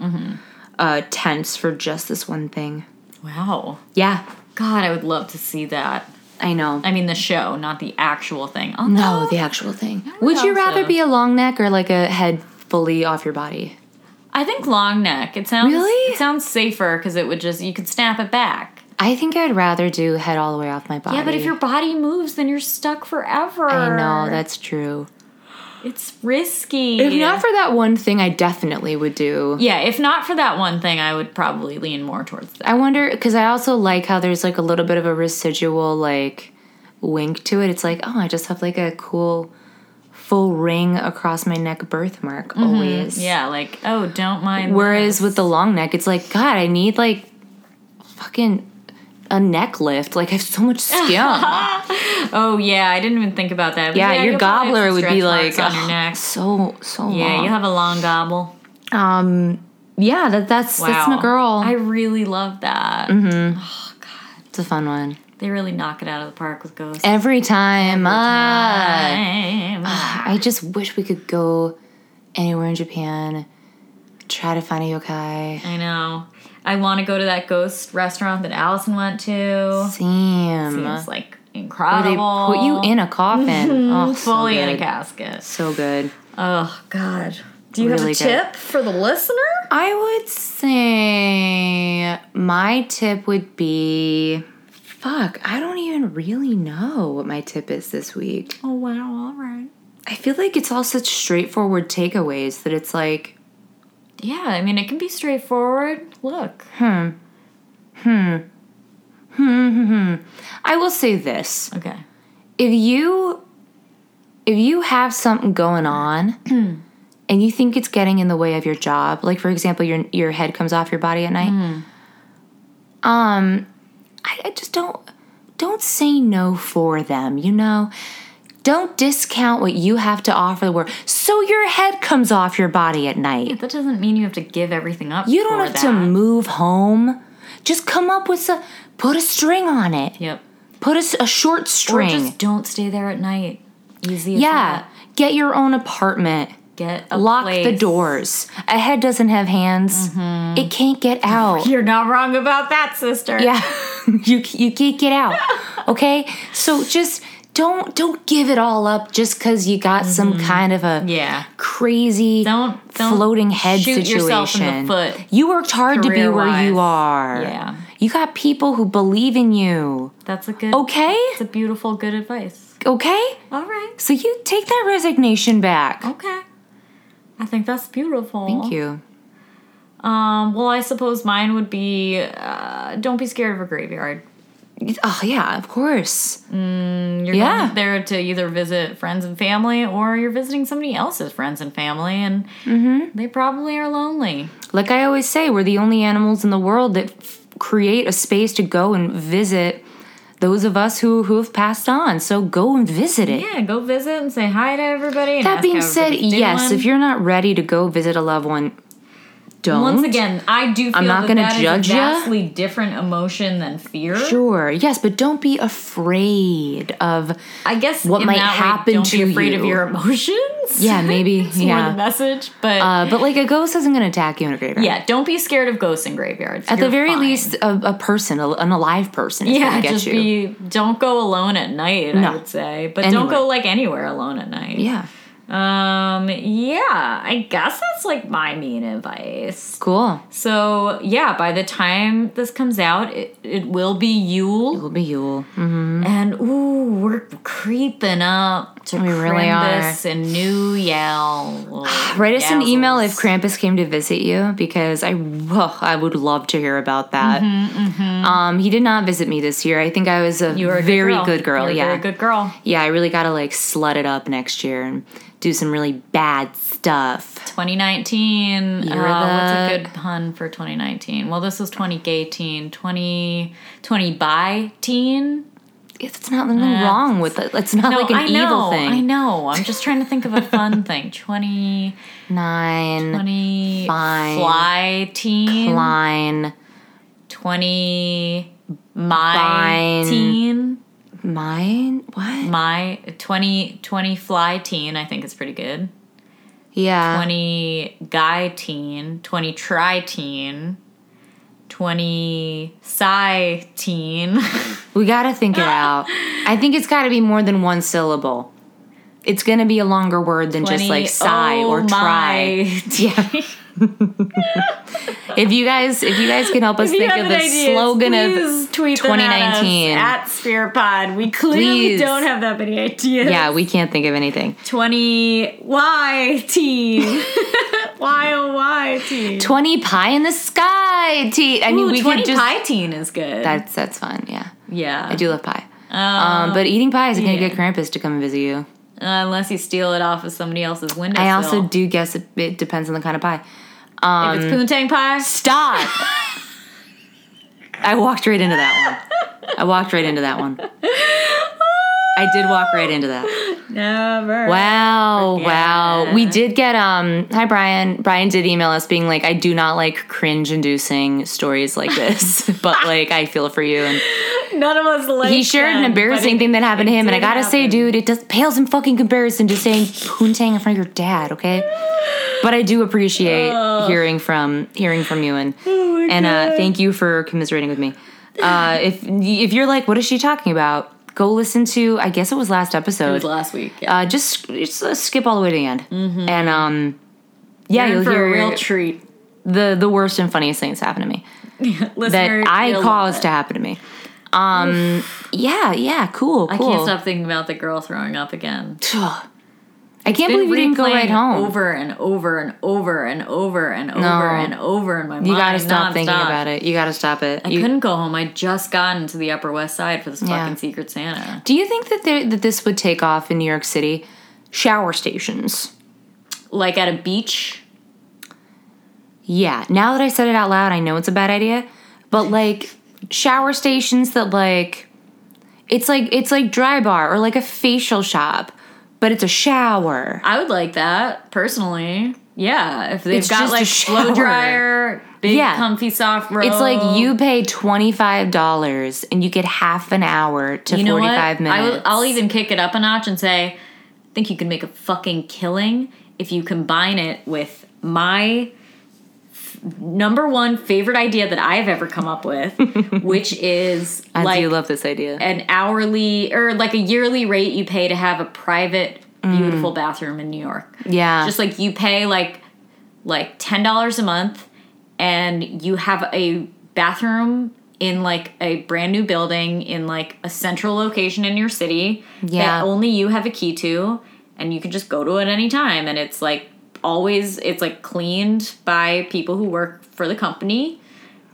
Speaker 1: uh, tents for just this one thing.
Speaker 2: Wow.
Speaker 1: Yeah,
Speaker 2: God, I would love to see that.
Speaker 1: I know.
Speaker 2: I mean, the show, not the actual thing. Oh
Speaker 1: no, the actual thing. Would you
Speaker 2: know,
Speaker 1: rather
Speaker 2: so-
Speaker 1: be a long neck or like a head fully off your body?
Speaker 2: I think long neck. It sounds
Speaker 1: Really?
Speaker 2: It sounds safer because it would just you could snap it back.
Speaker 1: I think I'd rather do head all the way off my body.
Speaker 2: Yeah, but if your body moves, then you're stuck forever.
Speaker 1: I know that's true.
Speaker 2: it's risky.
Speaker 1: If not for that one thing, I definitely would do
Speaker 2: yeah, if not for that one thing, I would probably lean more towards that.
Speaker 1: I wonder because I also like how there's like a little bit of a residual like wink to it. It's like, oh, I just have like a cool full ring across my neck birthmark always.
Speaker 2: Mm-hmm. Yeah, like oh, don't mind.
Speaker 1: Whereas with the long neck, it's like, God, I need like fucking a neck lift. Like I have so much skin.
Speaker 2: oh yeah, I didn't even think about that. But
Speaker 1: yeah, your
Speaker 2: you'll probably have
Speaker 1: gobbler
Speaker 2: some
Speaker 1: would be
Speaker 2: stretch marks
Speaker 1: like
Speaker 2: on your
Speaker 1: ugh,
Speaker 2: neck.
Speaker 1: so so
Speaker 2: Yeah,
Speaker 1: long.
Speaker 2: you have a long gobble.
Speaker 1: um, yeah, that that's that's my girl. Mm-hmm.
Speaker 2: I really love that.
Speaker 1: it's a fun one
Speaker 2: They really knock it out of the park with ghosts.
Speaker 1: every time. ah.
Speaker 2: Time.
Speaker 1: I just wish we could go anywhere in Japan, try to find a yokai.
Speaker 2: I know. I want to go to that ghost restaurant that Allison went to.
Speaker 1: Sam.
Speaker 2: Seems like
Speaker 1: They
Speaker 2: incredible.
Speaker 1: put you in a coffin. Oh, so
Speaker 2: fully in a
Speaker 1: good.
Speaker 2: casket.
Speaker 1: So good.
Speaker 2: Oh God. Do you
Speaker 1: Really
Speaker 2: have a
Speaker 1: good.
Speaker 2: tip for the listener?
Speaker 1: I would say my tip would be fuck, I don't even really know what my tip is this week.
Speaker 2: Oh wow! All right.
Speaker 1: I feel like it's all such straightforward takeaways that it's like,
Speaker 2: Yeah, I mean it can be straightforward. Look,
Speaker 1: hmm, I will say this.
Speaker 2: okay.
Speaker 1: if you if you have something going on and you think it's getting in the way of your job like for example your your head comes off your body at night
Speaker 2: Hmm.
Speaker 1: um I, I just don't don't say no for them you know don't discount what you have to offer the world so your head comes off your body at night
Speaker 2: That doesn't mean you have to give everything up.
Speaker 1: you don't
Speaker 2: for
Speaker 1: have
Speaker 2: that.
Speaker 1: to move home just come up with some put a string on it
Speaker 2: Yep.
Speaker 1: put a s- a, short
Speaker 2: Or
Speaker 1: string
Speaker 2: just don't stay there at night. Easy. As
Speaker 1: Yeah, get your own apartment.
Speaker 2: that. Get a
Speaker 1: Lock the
Speaker 2: place. Mm-hmm.
Speaker 1: doors. A head doesn't have hands. It can't get out.
Speaker 2: You're not wrong about that, sister.
Speaker 1: yeah, you you can't get out. Okay, so just don't don't give it all up just because you got some kind of a
Speaker 2: Mm-hmm. Yeah.
Speaker 1: crazy
Speaker 2: Don't- don't
Speaker 1: floating head
Speaker 2: shoot
Speaker 1: situation.
Speaker 2: yourself in the foot,
Speaker 1: You worked hard to be where
Speaker 2: career-wise.
Speaker 1: you are.
Speaker 2: Yeah.
Speaker 1: you got people who believe in you.
Speaker 2: That's a good.
Speaker 1: Okay,
Speaker 2: It's a beautiful, good advice.
Speaker 1: okay.
Speaker 2: All right.
Speaker 1: So you take that resignation back.
Speaker 2: Okay. I think that's beautiful.
Speaker 1: Thank you.
Speaker 2: Um, well, I suppose mine would be uh, don't be scared of a graveyard.
Speaker 1: Oh yeah, of course.
Speaker 2: You're
Speaker 1: Yeah.
Speaker 2: going there to either visit friends and family or you're visiting somebody else's friends and family, and
Speaker 1: Mm-hmm.
Speaker 2: they probably are lonely.
Speaker 1: Like I always say, we're the only animals in the world that f- create a space to go and visit those of us who who have passed on. So go and visit it.
Speaker 2: Yeah, go visit and say hi to everybody. and
Speaker 1: that
Speaker 2: ask
Speaker 1: being
Speaker 2: how
Speaker 1: said,
Speaker 2: everybody's
Speaker 1: yes,
Speaker 2: doing.
Speaker 1: if you're not ready to go visit a loved one, don't.
Speaker 2: Once again, I do feel
Speaker 1: not
Speaker 2: that
Speaker 1: gonna
Speaker 2: that is
Speaker 1: judge
Speaker 2: a
Speaker 1: ya.
Speaker 2: vastly different emotion than fear.
Speaker 1: sure, yes, but don't be afraid of.
Speaker 2: I guess
Speaker 1: What
Speaker 2: in
Speaker 1: might
Speaker 2: that way,
Speaker 1: happen
Speaker 2: don't
Speaker 1: to
Speaker 2: be afraid of
Speaker 1: you.
Speaker 2: your emotions.
Speaker 1: Yeah, maybe,
Speaker 2: It's more
Speaker 1: yeah.
Speaker 2: the message, but
Speaker 1: Uh, but like a ghost isn't going to attack you in a graveyard.
Speaker 2: yeah, don't be scared of ghosts and graveyards.
Speaker 1: At the very least, a, a person, a, an alive person, is
Speaker 2: yeah,
Speaker 1: going to get
Speaker 2: just
Speaker 1: you.
Speaker 2: be. Don't go alone at night. I
Speaker 1: No.
Speaker 2: would say, but don't
Speaker 1: Anywhere.
Speaker 2: go like anywhere alone at night.
Speaker 1: yeah,
Speaker 2: Um. Yeah, I guess that's like my main advice.
Speaker 1: cool.
Speaker 2: So yeah, by the time this comes out, it, it will be Yule.
Speaker 1: We'll be Yule. Mm-hmm.
Speaker 2: And ooh, we're creeping up to
Speaker 1: We really
Speaker 2: Crimbus and New Yale.
Speaker 1: Write us an
Speaker 2: Yowzles.
Speaker 1: email if Krampus came to visit you because I oh, I would love to hear about that. Um, he did not visit me this year. I think I was a
Speaker 2: Mm-hmm, You were a
Speaker 1: very
Speaker 2: good
Speaker 1: good
Speaker 2: girl.
Speaker 1: girl.
Speaker 2: You're a
Speaker 1: yeah,
Speaker 2: very good girl.
Speaker 1: yeah. I really got to like slut it up next year and do some really bad stuff.
Speaker 2: 2019.
Speaker 1: You're
Speaker 2: uh,
Speaker 1: the-
Speaker 2: What's a good pun for 2019? Well, this was 2018, 20, 20 by teen.
Speaker 1: It's it's not nothing wrong with it. It's not
Speaker 2: No,
Speaker 1: like an
Speaker 2: I know,
Speaker 1: evil thing.
Speaker 2: I know. I'm just trying to think of a fun thing. 20,
Speaker 1: Nine
Speaker 2: 20
Speaker 1: Fine.
Speaker 2: fly teen.
Speaker 1: line
Speaker 2: 20 my
Speaker 1: Fine.
Speaker 2: teen.
Speaker 1: mine. What?
Speaker 2: My 20, 20 fly teen, I think is pretty good.
Speaker 1: Yeah.
Speaker 2: 20 guy teen, 20 tri teen, 20 psi teen.
Speaker 1: We gotta think it out. I think it's gotta be more than one syllable. It's gonna be a longer word than just
Speaker 2: 20
Speaker 1: like sigh
Speaker 2: oh
Speaker 1: or try.
Speaker 2: my teen.
Speaker 1: Yeah. if you guys, if you guys can help us
Speaker 2: If you
Speaker 1: think
Speaker 2: have
Speaker 1: of the
Speaker 2: an idea,
Speaker 1: slogan
Speaker 2: please
Speaker 1: of
Speaker 2: tweet them at us,
Speaker 1: 2019.
Speaker 2: at Sphere Pod. We clearly
Speaker 1: Please.
Speaker 2: don't have that many ideas.
Speaker 1: yeah, we can't think of anything.
Speaker 2: 20 Y teen. Y O Y teen.
Speaker 1: 20 pie in the sky. T. I mean,
Speaker 2: Ooh,
Speaker 1: we could
Speaker 2: 20
Speaker 1: just.
Speaker 2: pie teen is good.
Speaker 1: That's that's fun. Yeah,
Speaker 2: yeah.
Speaker 1: I do love pie.
Speaker 2: Um,
Speaker 1: Um, but eating pie is gonna
Speaker 2: yeah.
Speaker 1: get Krampus to come and visit you.
Speaker 2: uh, unless you steal it off of somebody else's window.
Speaker 1: I also um, do guess it, it depends on the kind of pie.
Speaker 2: If it's poontang pie,
Speaker 1: Stop. I walked right into that one. I walked right into that one. I did walk right into that.
Speaker 2: never.
Speaker 1: Wow, wow. We
Speaker 2: Forget.
Speaker 1: did get um hi Brian. Brian did email us being like I do not like cringe inducing stories like this, but like I feel for you and
Speaker 2: None of us like.
Speaker 1: he shared an
Speaker 2: them,
Speaker 1: embarrassing
Speaker 2: but it-
Speaker 1: thing that happened to him, and I
Speaker 2: did
Speaker 1: gotta say,
Speaker 2: happen.
Speaker 1: dude, it just pales in fucking comparison to saying poontang in front of your dad, okay? But I do appreciate hearing from hearing from you, and and uh, thank you for commiserating with me. Uh, if if you're like, what is she talking about? Go listen to. I guess it was last episode.
Speaker 2: It was last week. Yeah.
Speaker 1: uh, just just uh, skip all the way to the end, and um, yeah,
Speaker 2: Mm-hmm. You're
Speaker 1: you'll
Speaker 2: in for
Speaker 1: hear
Speaker 2: a real treat.
Speaker 1: the the worst and funniest things happen to me that
Speaker 2: Listeners,
Speaker 1: I
Speaker 2: you'll
Speaker 1: caused
Speaker 2: love
Speaker 1: to
Speaker 2: it.
Speaker 1: happen to me. Um, yeah, yeah, cool,
Speaker 2: I
Speaker 1: cool.
Speaker 2: can't stop thinking about the girl throwing up again.
Speaker 1: Ugh. I can't believe you didn't go
Speaker 2: replaying
Speaker 1: right home.
Speaker 2: Over and over and over and over and over and over in my mind.
Speaker 1: you gotta stop thinking
Speaker 2: nonstop.
Speaker 1: about it. You gotta stop it.
Speaker 2: I
Speaker 1: You-
Speaker 2: couldn't go home. I just got into the Upper West Side for this
Speaker 1: Yeah.
Speaker 2: fucking Secret Santa.
Speaker 1: do you think that there, that this would take off in New York City? Shower stations.
Speaker 2: Like at a beach.
Speaker 1: Yeah. Now that I said it out loud, I know it's a bad idea, but like shower stations that like it's like it's like dry bar or like a facial shop, but it's a shower.
Speaker 2: I would like that personally. Yeah, if they've
Speaker 1: It's
Speaker 2: got
Speaker 1: just a
Speaker 2: like
Speaker 1: shower.
Speaker 2: blow dryer, big
Speaker 1: Yeah.
Speaker 2: comfy soft robe.
Speaker 1: It's like you pay twenty five dollars and you get half an hour to
Speaker 2: You know
Speaker 1: forty
Speaker 2: what?
Speaker 1: five minutes.
Speaker 2: I will, I'll even kick it up a notch and say, I think you can make a fucking killing if you combine it with my f- number one favorite idea that I've ever come up with, which is
Speaker 1: I
Speaker 2: like
Speaker 1: do love this idea.
Speaker 2: an hourly or like a yearly rate you pay to have a private beautiful bathroom in New York.
Speaker 1: yeah.
Speaker 2: just like you pay like like ten dollars a month and you have a bathroom in like a brand new building in like a central location in your city
Speaker 1: Yeah.
Speaker 2: that only you have a key to and you can just go to it anytime and it's like always it's like cleaned by people who work for the company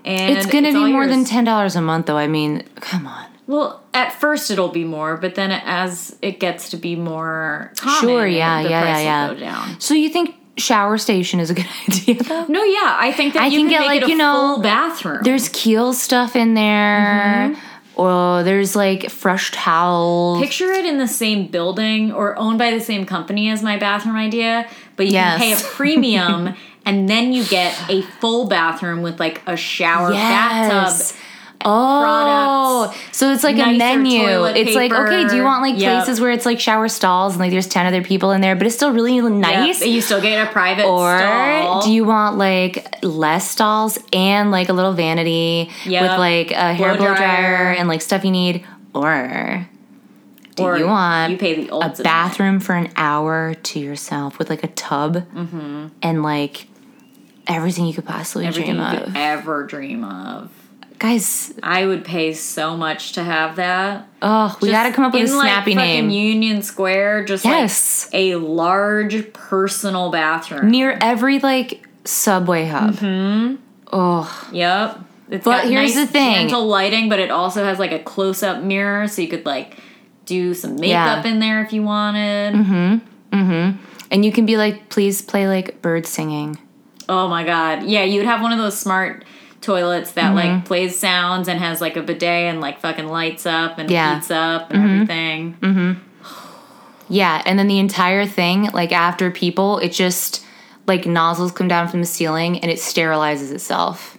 Speaker 2: and
Speaker 1: It's gonna
Speaker 2: all
Speaker 1: be more than
Speaker 2: yours.
Speaker 1: ten dollars a month, though. I mean, come on.
Speaker 2: well at first it'll be more but then as it gets to be more common,
Speaker 1: Sure, yeah, yeah,
Speaker 2: the
Speaker 1: yeah,
Speaker 2: prices
Speaker 1: yeah.
Speaker 2: go down
Speaker 1: So you think shower station is a good idea? Though?
Speaker 2: No, yeah, I think that
Speaker 1: I
Speaker 2: you
Speaker 1: can
Speaker 2: can
Speaker 1: get,
Speaker 2: make
Speaker 1: like,
Speaker 2: it a
Speaker 1: you know,
Speaker 2: full bathroom.
Speaker 1: There's Keel stuff in there.
Speaker 2: Mm-hmm.
Speaker 1: Or there's like fresh towels.
Speaker 2: Picture it in the same building or owned by the same company as my bathroom idea, but you
Speaker 1: Yes.
Speaker 2: can pay a premium and then you get a full bathroom with like a shower,
Speaker 1: Yes.
Speaker 2: bathtub.
Speaker 1: Oh, so it's like a
Speaker 2: nicer
Speaker 1: menu.
Speaker 2: toilet
Speaker 1: It's like okay, do you
Speaker 2: paper.
Speaker 1: want like
Speaker 2: Yep.
Speaker 1: places where it's like shower stalls and like there's ten other people in there, but it's still really nice.
Speaker 2: Yeah, you still get a private
Speaker 1: Or
Speaker 2: stall.
Speaker 1: do you want like less stalls and like a little vanity
Speaker 2: Yep.
Speaker 1: with like a hair blow
Speaker 2: Blow
Speaker 1: dryer.
Speaker 2: dryer.
Speaker 1: and like stuff you need? Or do
Speaker 2: Or
Speaker 1: you want
Speaker 2: you pay the
Speaker 1: a
Speaker 2: ultimate.
Speaker 1: bathroom for an hour to yourself with like a tub and like everything you could possibly
Speaker 2: Mm-hmm. Everything
Speaker 1: dream
Speaker 2: you
Speaker 1: of?
Speaker 2: could e-, ever dream of.
Speaker 1: Guys,
Speaker 2: I would pay so much to have that.
Speaker 1: oh, we
Speaker 2: Just
Speaker 1: gotta come up with a
Speaker 2: in, like,
Speaker 1: snappy
Speaker 2: fucking
Speaker 1: name.
Speaker 2: Union Square, just
Speaker 1: Yes.
Speaker 2: like a large personal bathroom.
Speaker 1: Near every like subway hub.
Speaker 2: Mm-hmm.
Speaker 1: Oh.
Speaker 2: Yep. It's
Speaker 1: But
Speaker 2: got
Speaker 1: here's
Speaker 2: nice,
Speaker 1: the thing.
Speaker 2: gentle lighting, but it also has like a close up
Speaker 1: Mm-hmm.
Speaker 2: mirror, so you could like do some makeup in there if you wanted.
Speaker 1: And you can be like, please play like bird singing.
Speaker 2: Oh my god. Yeah, you'd have one of those smart toilets that
Speaker 1: Mm-hmm.
Speaker 2: like plays sounds and has like a bidet and like fucking lights up and
Speaker 1: Yeah. Mm-hmm.
Speaker 2: heats up and everything.
Speaker 1: Yeah, and then the entire thing, like after people, it just like nozzles come down from the ceiling and it sterilizes itself.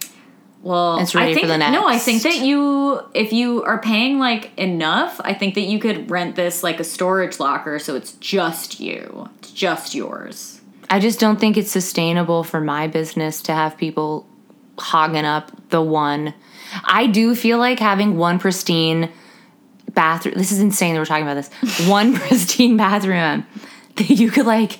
Speaker 2: Well,
Speaker 1: It's ready
Speaker 2: I
Speaker 1: for
Speaker 2: think
Speaker 1: the
Speaker 2: no. I think
Speaker 1: next.
Speaker 2: that you, if you are paying like enough, I think that you could rent this like a storage locker, so it's just you, it's just yours.
Speaker 1: I just don't think it's sustainable for my business to have people hogging up the one. I do feel like having one pristine bathroom. This is insane that we're talking about this. One pristine bathroom that you could like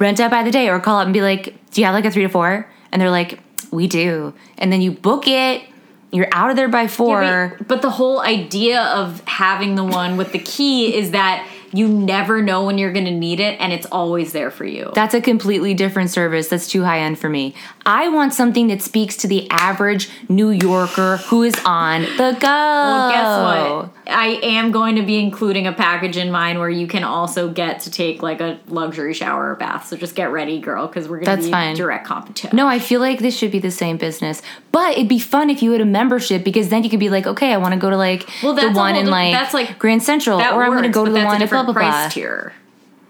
Speaker 1: rent out by the day or call up and be like, "Do you have like a 3 to 4?" And they're like, "We do." And then you book it. You're out of there by 4.
Speaker 2: but, but the whole idea of having the one with the key is that you never know when you're going to need it, and it's always there for you.
Speaker 1: That's a completely different service. That's too high end for me. I want something that speaks to the average New Yorker who is on the go. Oh.
Speaker 2: Well, guess what? I am going to be including a package in mine where you can also get to take like a luxury shower or bath. So just get ready, girl, because we're going to
Speaker 1: That's
Speaker 2: be
Speaker 1: fine.
Speaker 2: direct competition.
Speaker 1: No, I feel like this should be the same business, but it'd be fun if you had a membership because then you could be like, okay, I want to go to like
Speaker 2: Well,
Speaker 1: the
Speaker 2: that's a
Speaker 1: one
Speaker 2: whole
Speaker 1: in
Speaker 2: diff-
Speaker 1: like,
Speaker 2: that's like-
Speaker 1: Grand Central,
Speaker 2: that
Speaker 1: or I'm going to
Speaker 2: works,
Speaker 1: go to
Speaker 2: but
Speaker 1: the
Speaker 2: that's a
Speaker 1: one at blah
Speaker 2: different
Speaker 1: blah
Speaker 2: price
Speaker 1: blah.
Speaker 2: tier.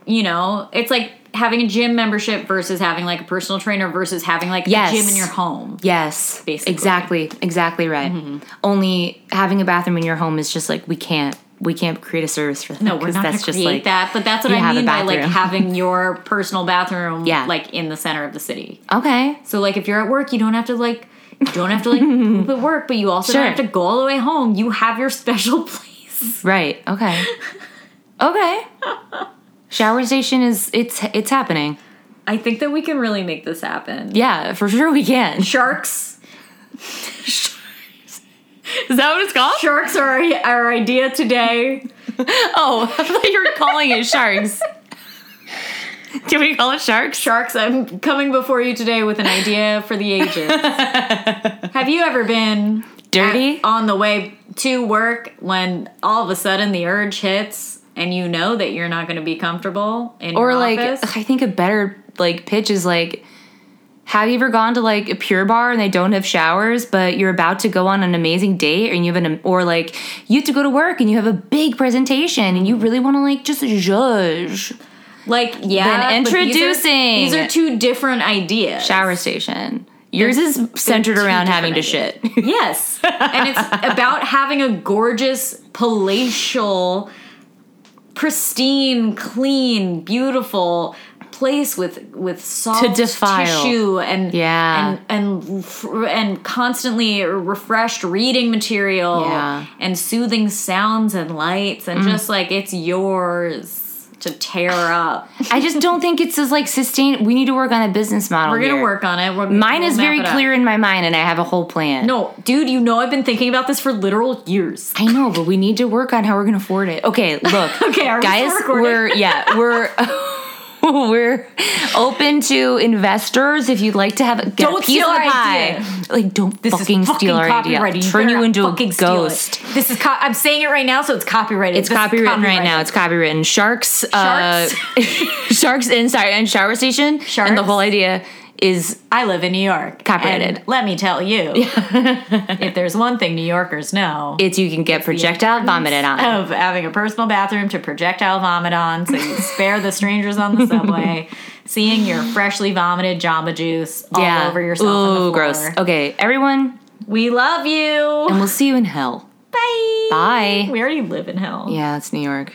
Speaker 2: You know, it's like having a gym membership versus having like a personal trainer versus having like
Speaker 1: Yes.
Speaker 2: a gym in your home.
Speaker 1: Yes,
Speaker 2: Basically. Mm-hmm.
Speaker 1: exactly, exactly right. Only having a bathroom in your home is just like we can't, we can't create a service for that.
Speaker 2: No, we're
Speaker 1: 'cause
Speaker 2: not going
Speaker 1: that's
Speaker 2: to
Speaker 1: just
Speaker 2: create
Speaker 1: like
Speaker 2: that, but that's what
Speaker 1: you
Speaker 2: I
Speaker 1: have a
Speaker 2: mean by like
Speaker 1: bathroom.
Speaker 2: having your personal bathroom,
Speaker 1: Yeah.
Speaker 2: like in the center of the city.
Speaker 1: okay,
Speaker 2: So like if you're at work, you don't have to like you don't have to like poop at work, but you also
Speaker 1: Sure.
Speaker 2: don't have to go all the way home. You have your special place.
Speaker 1: Right. Okay. okay. Shower station is it's it's happening.
Speaker 2: I think that we can really make this happen.
Speaker 1: Yeah, for sure we can.
Speaker 2: Sharks
Speaker 1: Is that what it's called?
Speaker 2: sharks are our, our idea today.
Speaker 1: Oh, I thought you were calling it sharks. Do we call it sharks?
Speaker 2: Sharks, I'm coming before you today with an idea for the ages. have you ever been
Speaker 1: Dirty?
Speaker 2: at- on the way to work when all of a sudden the urge hits and you know that you're not going to be comfortable in
Speaker 1: or
Speaker 2: your
Speaker 1: like
Speaker 2: office?
Speaker 1: I think a better like pitch is like have you ever gone to like a pure bar and they don't have showers, but you're about to go on an amazing date and you have an or like you have to go to work and you have a big presentation and you really want to like just judge
Speaker 2: Like, yeah.
Speaker 1: Then
Speaker 2: but these are- These are,
Speaker 1: introducing-
Speaker 2: two different ideas.
Speaker 1: shower station. Yours is centered
Speaker 2: two
Speaker 1: around
Speaker 2: different
Speaker 1: having to
Speaker 2: ideas.
Speaker 1: shit.
Speaker 2: Yes. and it's about having a gorgeous, palatial, pristine, clean, beautiful place with with soft
Speaker 1: defile.
Speaker 2: tissue and
Speaker 1: Yeah.
Speaker 2: and and f- and constantly refreshed reading material
Speaker 1: Yeah. Mm.
Speaker 2: and soothing sounds and lights and just like it's yours to tear up.
Speaker 1: I just don't think it's as like sustain. We need to work on a business model.
Speaker 2: We're
Speaker 1: here.
Speaker 2: gonna work on it. We're,
Speaker 1: Mine
Speaker 2: we'll
Speaker 1: is
Speaker 2: map
Speaker 1: very
Speaker 2: it up.
Speaker 1: clear in my mind, and I have a whole plan.
Speaker 2: No, dude, you know I've been thinking about this for literal years.
Speaker 1: I know, but we need to work on how we're gonna afford it. Okay, look,
Speaker 2: Okay, are we still
Speaker 1: guys,
Speaker 2: recording?
Speaker 1: we're yeah, we're we're open to investors if you'd like to have get a
Speaker 2: Don't
Speaker 1: piece
Speaker 2: steal
Speaker 1: of the
Speaker 2: our
Speaker 1: pie.
Speaker 2: idea.
Speaker 1: Like, don't
Speaker 2: This
Speaker 1: fucking,
Speaker 2: is fucking
Speaker 1: steal our idea.
Speaker 2: copyrighted.
Speaker 1: Turn
Speaker 2: better
Speaker 1: you
Speaker 2: not
Speaker 1: into
Speaker 2: fucking
Speaker 1: a
Speaker 2: steal it.
Speaker 1: ghost.
Speaker 2: This is co- I'm saying it right now, so it's copyrighted.
Speaker 1: It's copywritten right now. It's copywritten. Sharks,
Speaker 2: Sharks.
Speaker 1: uh, sharks inside and shower station, and
Speaker 2: Sharks.
Speaker 1: the whole idea is
Speaker 2: I live in New York.
Speaker 1: Copyrighted.
Speaker 2: and let me tell you, if there's one thing New Yorkers know
Speaker 1: it's you can get projectile vomited on.
Speaker 2: of having a personal bathroom to projectile vomit on, so you spare the strangers on the subway, seeing your freshly vomited Jamba Juice all over yourself. on the
Speaker 1: Ooh,
Speaker 2: floor.
Speaker 1: gross. Okay, everyone,
Speaker 2: We love you.
Speaker 1: and we'll see you in hell.
Speaker 2: Bye.
Speaker 1: Bye.
Speaker 2: We already live in hell.
Speaker 1: Yeah, it's New York.